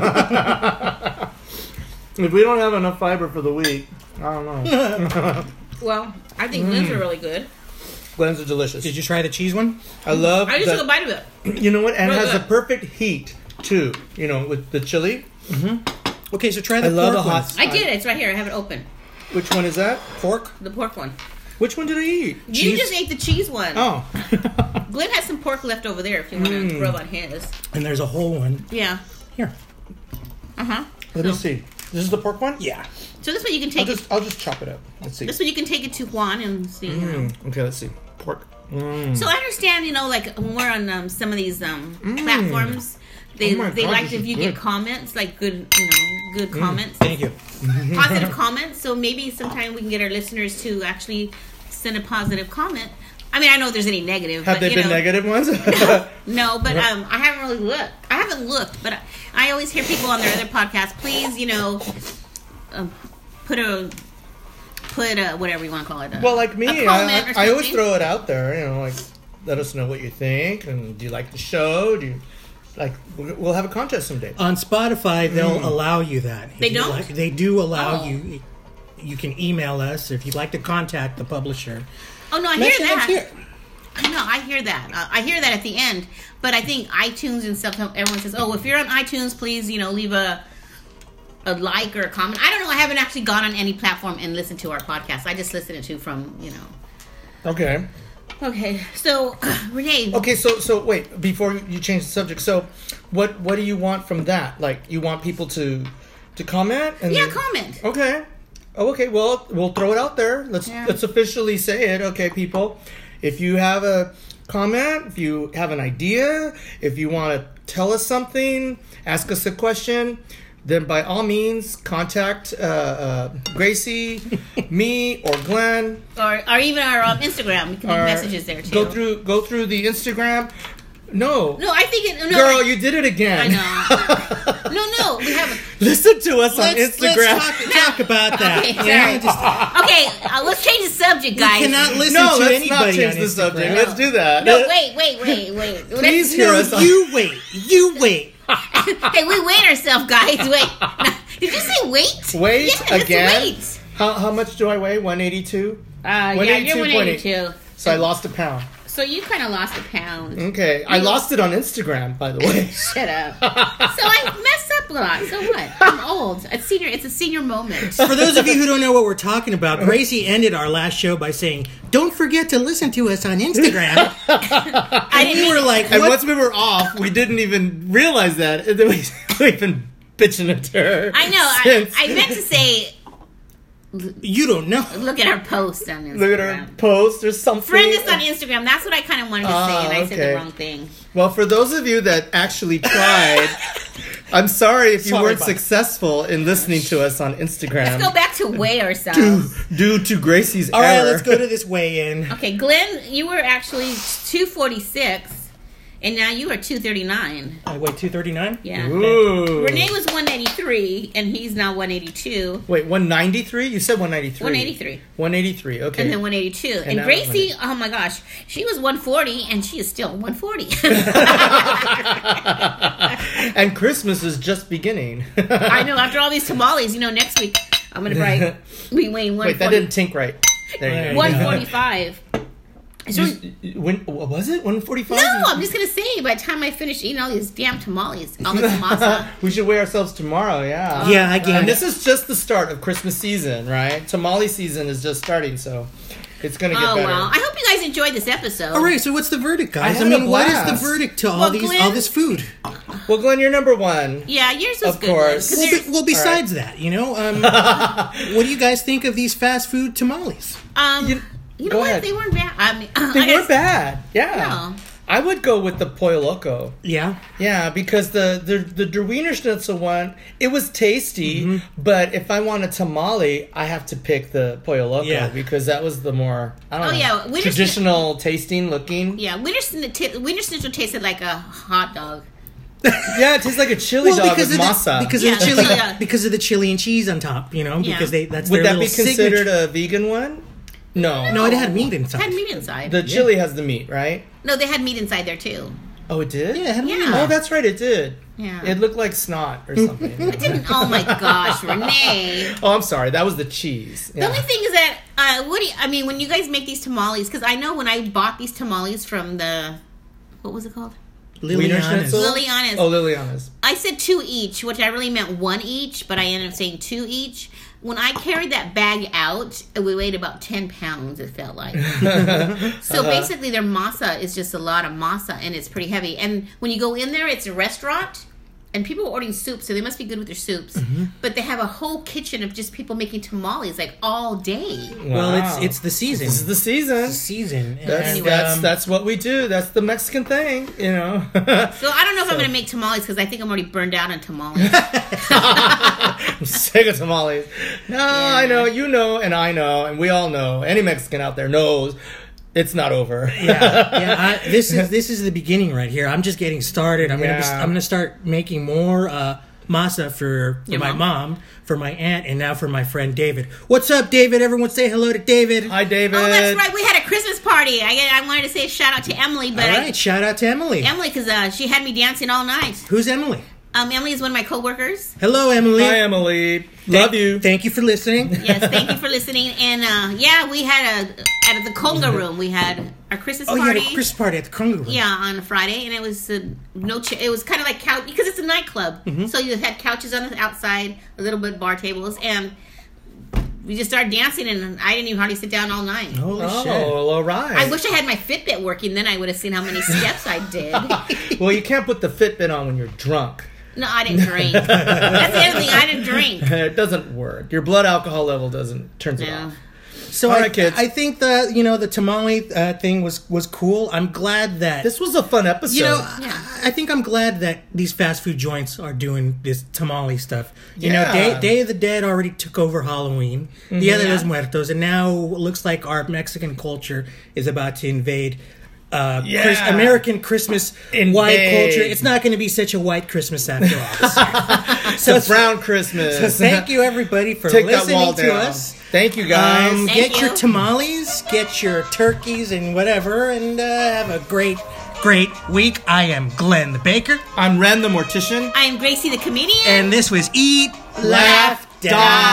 [SPEAKER 3] we don't have enough fiber for the week, I don't know.
[SPEAKER 2] *laughs* Well, I
[SPEAKER 3] Mm.
[SPEAKER 2] think these are really good.
[SPEAKER 3] Glenn's are delicious.
[SPEAKER 1] Did you try the cheese one?
[SPEAKER 3] I love
[SPEAKER 2] I just
[SPEAKER 3] the-
[SPEAKER 2] took a bite of it.
[SPEAKER 3] You know what? And it
[SPEAKER 2] Look
[SPEAKER 3] has
[SPEAKER 2] at
[SPEAKER 3] the
[SPEAKER 2] that.
[SPEAKER 3] perfect heat, too. You know, with the chili.
[SPEAKER 1] Okay, so try the
[SPEAKER 3] I love the
[SPEAKER 1] pork one.
[SPEAKER 3] hot
[SPEAKER 2] I did. It's right here. I have it open.
[SPEAKER 3] Which one is that? Pork?
[SPEAKER 2] The pork one.
[SPEAKER 3] Which one did I eat?
[SPEAKER 2] You just ate the cheese one.
[SPEAKER 3] Oh. Mm.
[SPEAKER 2] Glenn has some pork left over there if you want to rub on his.
[SPEAKER 1] and there's a whole one
[SPEAKER 2] Yeah.
[SPEAKER 1] here.
[SPEAKER 2] Uh huh.
[SPEAKER 3] Let me see. This is the pork one?
[SPEAKER 1] Yeah.
[SPEAKER 2] So this way you can
[SPEAKER 3] I'll
[SPEAKER 2] take it.
[SPEAKER 3] just I'll just chop it up. Let's see.
[SPEAKER 2] This way you can take it to Juan and see. you know.
[SPEAKER 3] Mm, Okay, let's see. Pork. Mm.
[SPEAKER 2] So I understand, you know, like when we're on um, some of these um, platforms, they
[SPEAKER 3] Mm. Oh my
[SPEAKER 2] they
[SPEAKER 3] God,
[SPEAKER 2] like
[SPEAKER 3] this
[SPEAKER 2] if
[SPEAKER 3] is
[SPEAKER 2] you
[SPEAKER 3] good. Mm.
[SPEAKER 2] get comments, like good, you know, good comments,
[SPEAKER 1] Thank you.
[SPEAKER 3] *laughs*
[SPEAKER 2] positive comments. So maybe sometime we can get our listeners to actually send a positive comment. I mean, I know if there's any negative.
[SPEAKER 3] Have
[SPEAKER 2] but,
[SPEAKER 3] they
[SPEAKER 2] you
[SPEAKER 3] been
[SPEAKER 2] know, *laughs*
[SPEAKER 3] negative ones?
[SPEAKER 2] No, but um, I haven't really looked. I haven't looked, but I, I always hear people on their other podcasts. Please, you know, um, put a put a whatever you want to call it. a-
[SPEAKER 3] well, like me,
[SPEAKER 2] a
[SPEAKER 3] I,
[SPEAKER 2] comment
[SPEAKER 3] I,
[SPEAKER 2] or
[SPEAKER 3] I always
[SPEAKER 2] something.
[SPEAKER 3] throw it out there. You know, like let us know what you think, and do you like the show? Do you like? We'll we'll have a contest someday.
[SPEAKER 1] On Spotify,
[SPEAKER 3] Mm.
[SPEAKER 1] they'll allow you that. If
[SPEAKER 2] They
[SPEAKER 1] you
[SPEAKER 2] don't?
[SPEAKER 1] like- they do allow
[SPEAKER 2] Oh.
[SPEAKER 1] you. You can email us if you'd like to contact the publisher.
[SPEAKER 2] Oh no, I hear
[SPEAKER 1] Mention
[SPEAKER 2] that.
[SPEAKER 1] us here.
[SPEAKER 2] I know, I hear that. Uh, I hear that at the end, but I think iTunes and stuff. Everyone says, "Oh, if you're on iTunes, please, you know, leave a a like or a comment." I don't know. I haven't actually gone on any platform and listened to our podcast. I just listened to from you know.
[SPEAKER 3] Okay.
[SPEAKER 2] Okay, so *clears throat* Renee,
[SPEAKER 3] Okay. So so wait before you change the subject. So what what do you want from that? Like you want people to to comment? And
[SPEAKER 2] yeah, comment.
[SPEAKER 3] Okay. Oh, okay. Well, we'll throw it out there. Let's
[SPEAKER 2] Yeah.
[SPEAKER 3] let's officially say it. Okay, people. If you have a comment, if you have an idea, if you want to tell us something, ask us a question, then by all means contact uh, uh,
[SPEAKER 2] *laughs*
[SPEAKER 3] Gracie, me, or Glenn.
[SPEAKER 2] or, or even our um, Instagram. We can leave
[SPEAKER 3] Or
[SPEAKER 2] messages there too.
[SPEAKER 3] Go through go through the Instagram. No,
[SPEAKER 2] No, I think it. No,
[SPEAKER 3] girl,
[SPEAKER 2] I-
[SPEAKER 3] you did it again.
[SPEAKER 2] I know. no, no, we haven't.
[SPEAKER 3] *laughs* Listen to us on
[SPEAKER 1] Let's,
[SPEAKER 3] Instagram.
[SPEAKER 1] let's talk, talk about that.
[SPEAKER 2] Okay.
[SPEAKER 1] Yeah, just-
[SPEAKER 2] Okay, uh, let's change the subject, guys.
[SPEAKER 1] cannot listen
[SPEAKER 3] no,
[SPEAKER 1] to
[SPEAKER 3] let's
[SPEAKER 1] anybody
[SPEAKER 3] not change
[SPEAKER 1] on
[SPEAKER 3] the
[SPEAKER 1] Instagram.
[SPEAKER 3] subject. Let's do that.
[SPEAKER 2] No, wait, wait, wait, wait.
[SPEAKER 3] Please
[SPEAKER 1] No,
[SPEAKER 3] hear us. on-
[SPEAKER 1] you wait. You wait.
[SPEAKER 2] hey, we wait ourselves, guys. Wait. *laughs* Did you say wait?
[SPEAKER 3] Wait
[SPEAKER 2] yeah, it's
[SPEAKER 3] again.
[SPEAKER 2] Wait.
[SPEAKER 3] How how much do I weigh? One eighty two.
[SPEAKER 2] Uh, yeah, you're 182.
[SPEAKER 3] So I lost a pound.
[SPEAKER 2] So you kind of lost a pound.
[SPEAKER 3] Okay, I lost it on Instagram, by the
[SPEAKER 2] *laughs*
[SPEAKER 3] way. *laughs*
[SPEAKER 2] Shut up. so I messed up a lot. So what? I'm old. A senior. It's a senior
[SPEAKER 3] *laughs*
[SPEAKER 2] moment.
[SPEAKER 1] For those of you who don't know what we're talking about, Gracie ended our last show by saying, "Don't forget to listen to us on
[SPEAKER 3] *laughs*
[SPEAKER 1] Instagram."
[SPEAKER 2] I didn't.
[SPEAKER 1] we
[SPEAKER 2] mean-
[SPEAKER 1] were like,
[SPEAKER 3] and
[SPEAKER 1] "What?"
[SPEAKER 3] once we were off, we didn't even realize that. And then we *laughs* we've been bitching at her.
[SPEAKER 2] I know. I,
[SPEAKER 3] since.
[SPEAKER 2] I meant to say,
[SPEAKER 1] you don't know.
[SPEAKER 2] look at our post on Instagram.
[SPEAKER 3] Look at her post or something.
[SPEAKER 2] Friend us on Instagram. That's what I kind of wanted to say, and I said
[SPEAKER 3] Ah, okay.
[SPEAKER 2] the wrong thing.
[SPEAKER 3] Well, for those of you that
[SPEAKER 2] *laughs*
[SPEAKER 3] actually tried, I'm sorry if you
[SPEAKER 1] Sorry,
[SPEAKER 3] weren't
[SPEAKER 1] bye.
[SPEAKER 3] successful in listening to us on
[SPEAKER 2] Go
[SPEAKER 3] Instagram
[SPEAKER 2] back to weigh ourselves.
[SPEAKER 3] *coughs* due to Gracie's
[SPEAKER 1] All right,
[SPEAKER 3] error.
[SPEAKER 1] let's go to this weigh-in.
[SPEAKER 2] Okay, Glenn, you were actually 246, and now you are 239.
[SPEAKER 1] I weigh two thirty-nine.
[SPEAKER 2] Yeah.
[SPEAKER 3] Ooh.
[SPEAKER 2] Renee was 183, and he's now 182.
[SPEAKER 3] Wait, 193? You said 193.
[SPEAKER 2] 183.
[SPEAKER 3] 183, okay.
[SPEAKER 2] And then 182. And,
[SPEAKER 3] now
[SPEAKER 2] Gracie, oh my gosh, she was 140 and she is still
[SPEAKER 3] *laughs*
[SPEAKER 2] 140.
[SPEAKER 3] and Christmas is just beginning.
[SPEAKER 2] *laughs* I know, after all these tamales, you know, next week
[SPEAKER 3] *laughs*
[SPEAKER 2] I'm going to probably be weighing
[SPEAKER 3] Wait,
[SPEAKER 2] 140,
[SPEAKER 3] that didn't tink right. There you go.
[SPEAKER 1] What?
[SPEAKER 2] 145. It's really-
[SPEAKER 3] You- you- When what was it? One forty-five.
[SPEAKER 2] no, I'm just gonna say. By the time I finish eating all these damn tamales,
[SPEAKER 3] *laughs*
[SPEAKER 2] all the tamasa,
[SPEAKER 3] we should weigh ourselves tomorrow. Yeah.
[SPEAKER 1] Yeah, I get it.
[SPEAKER 3] And Uh, this is just the start of Christmas season, right? Tamale season is just starting, so it's gonna get
[SPEAKER 2] oh
[SPEAKER 3] better. Oh,
[SPEAKER 2] well. I hope you guys enjoyed this episode.
[SPEAKER 1] all right, so what's the verdict, guys? I,
[SPEAKER 3] had a
[SPEAKER 1] mean, what is the
[SPEAKER 3] blast.
[SPEAKER 1] verdict to all
[SPEAKER 2] Well,
[SPEAKER 1] these all
[SPEAKER 2] Glenn-
[SPEAKER 1] this food?
[SPEAKER 3] Well, Glenn, you're number one.
[SPEAKER 2] Yeah, yours was
[SPEAKER 3] Of
[SPEAKER 2] good.
[SPEAKER 3] course.
[SPEAKER 2] Cause
[SPEAKER 1] Well,
[SPEAKER 2] there-
[SPEAKER 1] be, well besides that, you know,
[SPEAKER 2] *laughs*
[SPEAKER 1] um, what do you guys think of these fast food tamales?
[SPEAKER 2] um, you,
[SPEAKER 3] You-
[SPEAKER 2] know
[SPEAKER 3] go
[SPEAKER 2] what?
[SPEAKER 3] ahead.
[SPEAKER 2] They weren't bad. I mean, *laughs* I
[SPEAKER 3] They
[SPEAKER 2] gotta
[SPEAKER 3] were bad. Yeah.
[SPEAKER 2] No.
[SPEAKER 3] I would go with the pollo loco.
[SPEAKER 1] Yeah,
[SPEAKER 3] Yeah, because the the the Der Wiener Schnitzel one, it was tasty,
[SPEAKER 1] Mm-hmm.
[SPEAKER 3] but if I want a tamale, I have to pick the pollo loco
[SPEAKER 1] Yeah.
[SPEAKER 3] because that was the more I don't
[SPEAKER 2] Oh,
[SPEAKER 3] know
[SPEAKER 2] yeah, Wiener Schni-
[SPEAKER 3] traditional tasting looking.
[SPEAKER 2] Yeah, winter sn- t- winter schnitzel tasted like a hot dog.
[SPEAKER 3] Yeah, it tastes like a chili
[SPEAKER 1] well,
[SPEAKER 3] dog
[SPEAKER 1] because
[SPEAKER 3] with
[SPEAKER 1] of
[SPEAKER 3] masa.
[SPEAKER 1] the, because
[SPEAKER 2] Yeah,
[SPEAKER 1] of the chili,
[SPEAKER 2] yeah.
[SPEAKER 1] because of the chili and cheese on top, you know,
[SPEAKER 2] Yeah.
[SPEAKER 1] because they that's
[SPEAKER 3] would
[SPEAKER 1] their
[SPEAKER 3] that be
[SPEAKER 1] little
[SPEAKER 3] considered
[SPEAKER 1] signature.
[SPEAKER 3] a vegan one? No.
[SPEAKER 1] no, it had meat inside.
[SPEAKER 2] It Oh. had meat inside.
[SPEAKER 3] The chili has the meat, right?
[SPEAKER 2] no, they had meat inside
[SPEAKER 1] *laughs*
[SPEAKER 2] there too.
[SPEAKER 3] Oh, it did.
[SPEAKER 1] Yeah, it had meat.
[SPEAKER 2] Yeah.
[SPEAKER 3] Oh, that's right. It did.
[SPEAKER 2] Yeah.
[SPEAKER 3] It looked like snot or something.
[SPEAKER 1] *laughs*
[SPEAKER 2] oh my gosh, Renee.
[SPEAKER 3] oh, I'm sorry. That was the cheese.
[SPEAKER 2] The
[SPEAKER 3] Yeah.
[SPEAKER 2] only thing is that uh, what do you, I mean when you guys make these tamales? Because I know when I bought these tamales from the what was it called?
[SPEAKER 3] Wiener
[SPEAKER 1] Liliana's.
[SPEAKER 3] schnitzel?
[SPEAKER 2] Liliana's.
[SPEAKER 3] Oh, Liliana's.
[SPEAKER 2] I said two each, which I really meant one each, but I ended up saying two each. When I carried that bag out, we weighed about ten pounds. It
[SPEAKER 1] *laughs*
[SPEAKER 2] felt like.
[SPEAKER 1] Uh-huh.
[SPEAKER 2] so basically, their masa is just a lot of masa, and it's pretty heavy. And when you go in there, it's a restaurant, and people are ordering soup, so they must be good with their soups.
[SPEAKER 1] Mm-hmm.
[SPEAKER 2] But they have a whole kitchen of just people making tamales like all day.
[SPEAKER 1] Well,
[SPEAKER 3] Wow.
[SPEAKER 1] it's it's the season.
[SPEAKER 3] This is the season.
[SPEAKER 1] season. and,
[SPEAKER 3] That's,
[SPEAKER 2] Anyway.
[SPEAKER 3] that's
[SPEAKER 1] um,
[SPEAKER 3] that's what we do. That's the Mexican thing, you know. *laughs*
[SPEAKER 2] So I don't know if I'm gonna make tamales because I think I'm already burned out on tamales.
[SPEAKER 3] I'm sick of tamales. No, I know, you know, and I know, and we all know. Any Mexican out there knows it's not over.
[SPEAKER 1] yeah, yeah. I, this is this is the beginning right here. I'm just getting started. I'm gonna be,
[SPEAKER 3] Yeah.
[SPEAKER 1] I'm gonna start making more uh, masa for, for
[SPEAKER 2] Your
[SPEAKER 1] my
[SPEAKER 2] mom?
[SPEAKER 1] mom? for my aunt, and now for my friend David. What's up, David? Everyone say hello to David.
[SPEAKER 3] *laughs* Hi, David.
[SPEAKER 2] oh, that's right. We had a Christmas party. I I wanted to say a shout out to Emily, but
[SPEAKER 1] All
[SPEAKER 2] I
[SPEAKER 1] right, shout out to Emily.
[SPEAKER 2] Emily, because uh, she had me dancing all night.
[SPEAKER 1] Who's Emily?
[SPEAKER 2] Um, Emily is one of my coworkers.
[SPEAKER 1] Hello, Emily.
[SPEAKER 3] Hi, Emily. Love you.
[SPEAKER 1] Thank you for listening.
[SPEAKER 2] Yes, thank
[SPEAKER 1] *laughs*
[SPEAKER 2] you for listening. And uh, yeah, we had a at the conga room. We had our Christmas
[SPEAKER 1] Oh, you had
[SPEAKER 2] party.
[SPEAKER 1] a Christmas party at the Congo Room.
[SPEAKER 2] yeah, on a Friday, and it was uh, no. Ch- it was kind of like couch because it's a nightclub,
[SPEAKER 1] Mm-hmm.
[SPEAKER 2] so you had couches on the outside, a little bit bar tables, and we just started dancing. And I didn't even hardly sit down all night.
[SPEAKER 1] Holy
[SPEAKER 3] Oh,
[SPEAKER 1] shit.
[SPEAKER 3] well, all right.
[SPEAKER 2] I wish I had my Fitbit working, then I would have seen how many steps I
[SPEAKER 1] *laughs*
[SPEAKER 2] did.
[SPEAKER 3] well, you can't put the Fitbit on when you're drunk.
[SPEAKER 2] No, I didn't drink. That's the other thing. I
[SPEAKER 1] *laughs*
[SPEAKER 2] didn't drink.
[SPEAKER 3] It doesn't work. Your blood alcohol level doesn't turns it
[SPEAKER 2] No.
[SPEAKER 3] off.
[SPEAKER 1] So
[SPEAKER 3] All
[SPEAKER 1] I,
[SPEAKER 3] right, kids.
[SPEAKER 1] I think the you know the tamale uh, thing was was cool. I'm glad that
[SPEAKER 3] This was a fun episode.
[SPEAKER 1] You know,
[SPEAKER 2] Yeah.
[SPEAKER 1] I I think I'm glad that these fast food joints are doing this tamale stuff. You know,
[SPEAKER 3] Yeah. Mm-hmm.
[SPEAKER 1] Day, Day of the Dead already took over Halloween, Dia de los Muertos, and now it looks like our Mexican culture is about to invade. Uh,
[SPEAKER 3] Yeah.
[SPEAKER 1] Chris- American Christmas white
[SPEAKER 3] Invade.
[SPEAKER 1] culture. It's not going to be such a white Christmas after all.
[SPEAKER 3] *laughs*
[SPEAKER 1] so,
[SPEAKER 3] it's a brown Christmas.
[SPEAKER 1] thank you everybody for
[SPEAKER 3] *laughs* Take that wall
[SPEAKER 1] listening to
[SPEAKER 3] down.
[SPEAKER 1] us.
[SPEAKER 3] Thank you guys.
[SPEAKER 1] Um,
[SPEAKER 2] Thank
[SPEAKER 1] get your
[SPEAKER 2] you.
[SPEAKER 1] tamales, get your turkeys, and whatever, and uh, have a great, great week. I am Glenn the Baker.
[SPEAKER 3] I'm Ren the Mortician.
[SPEAKER 2] I am Gracie the comedian.
[SPEAKER 1] And this was Eat, Laugh,
[SPEAKER 3] Laugh,
[SPEAKER 1] Die.
[SPEAKER 3] Die.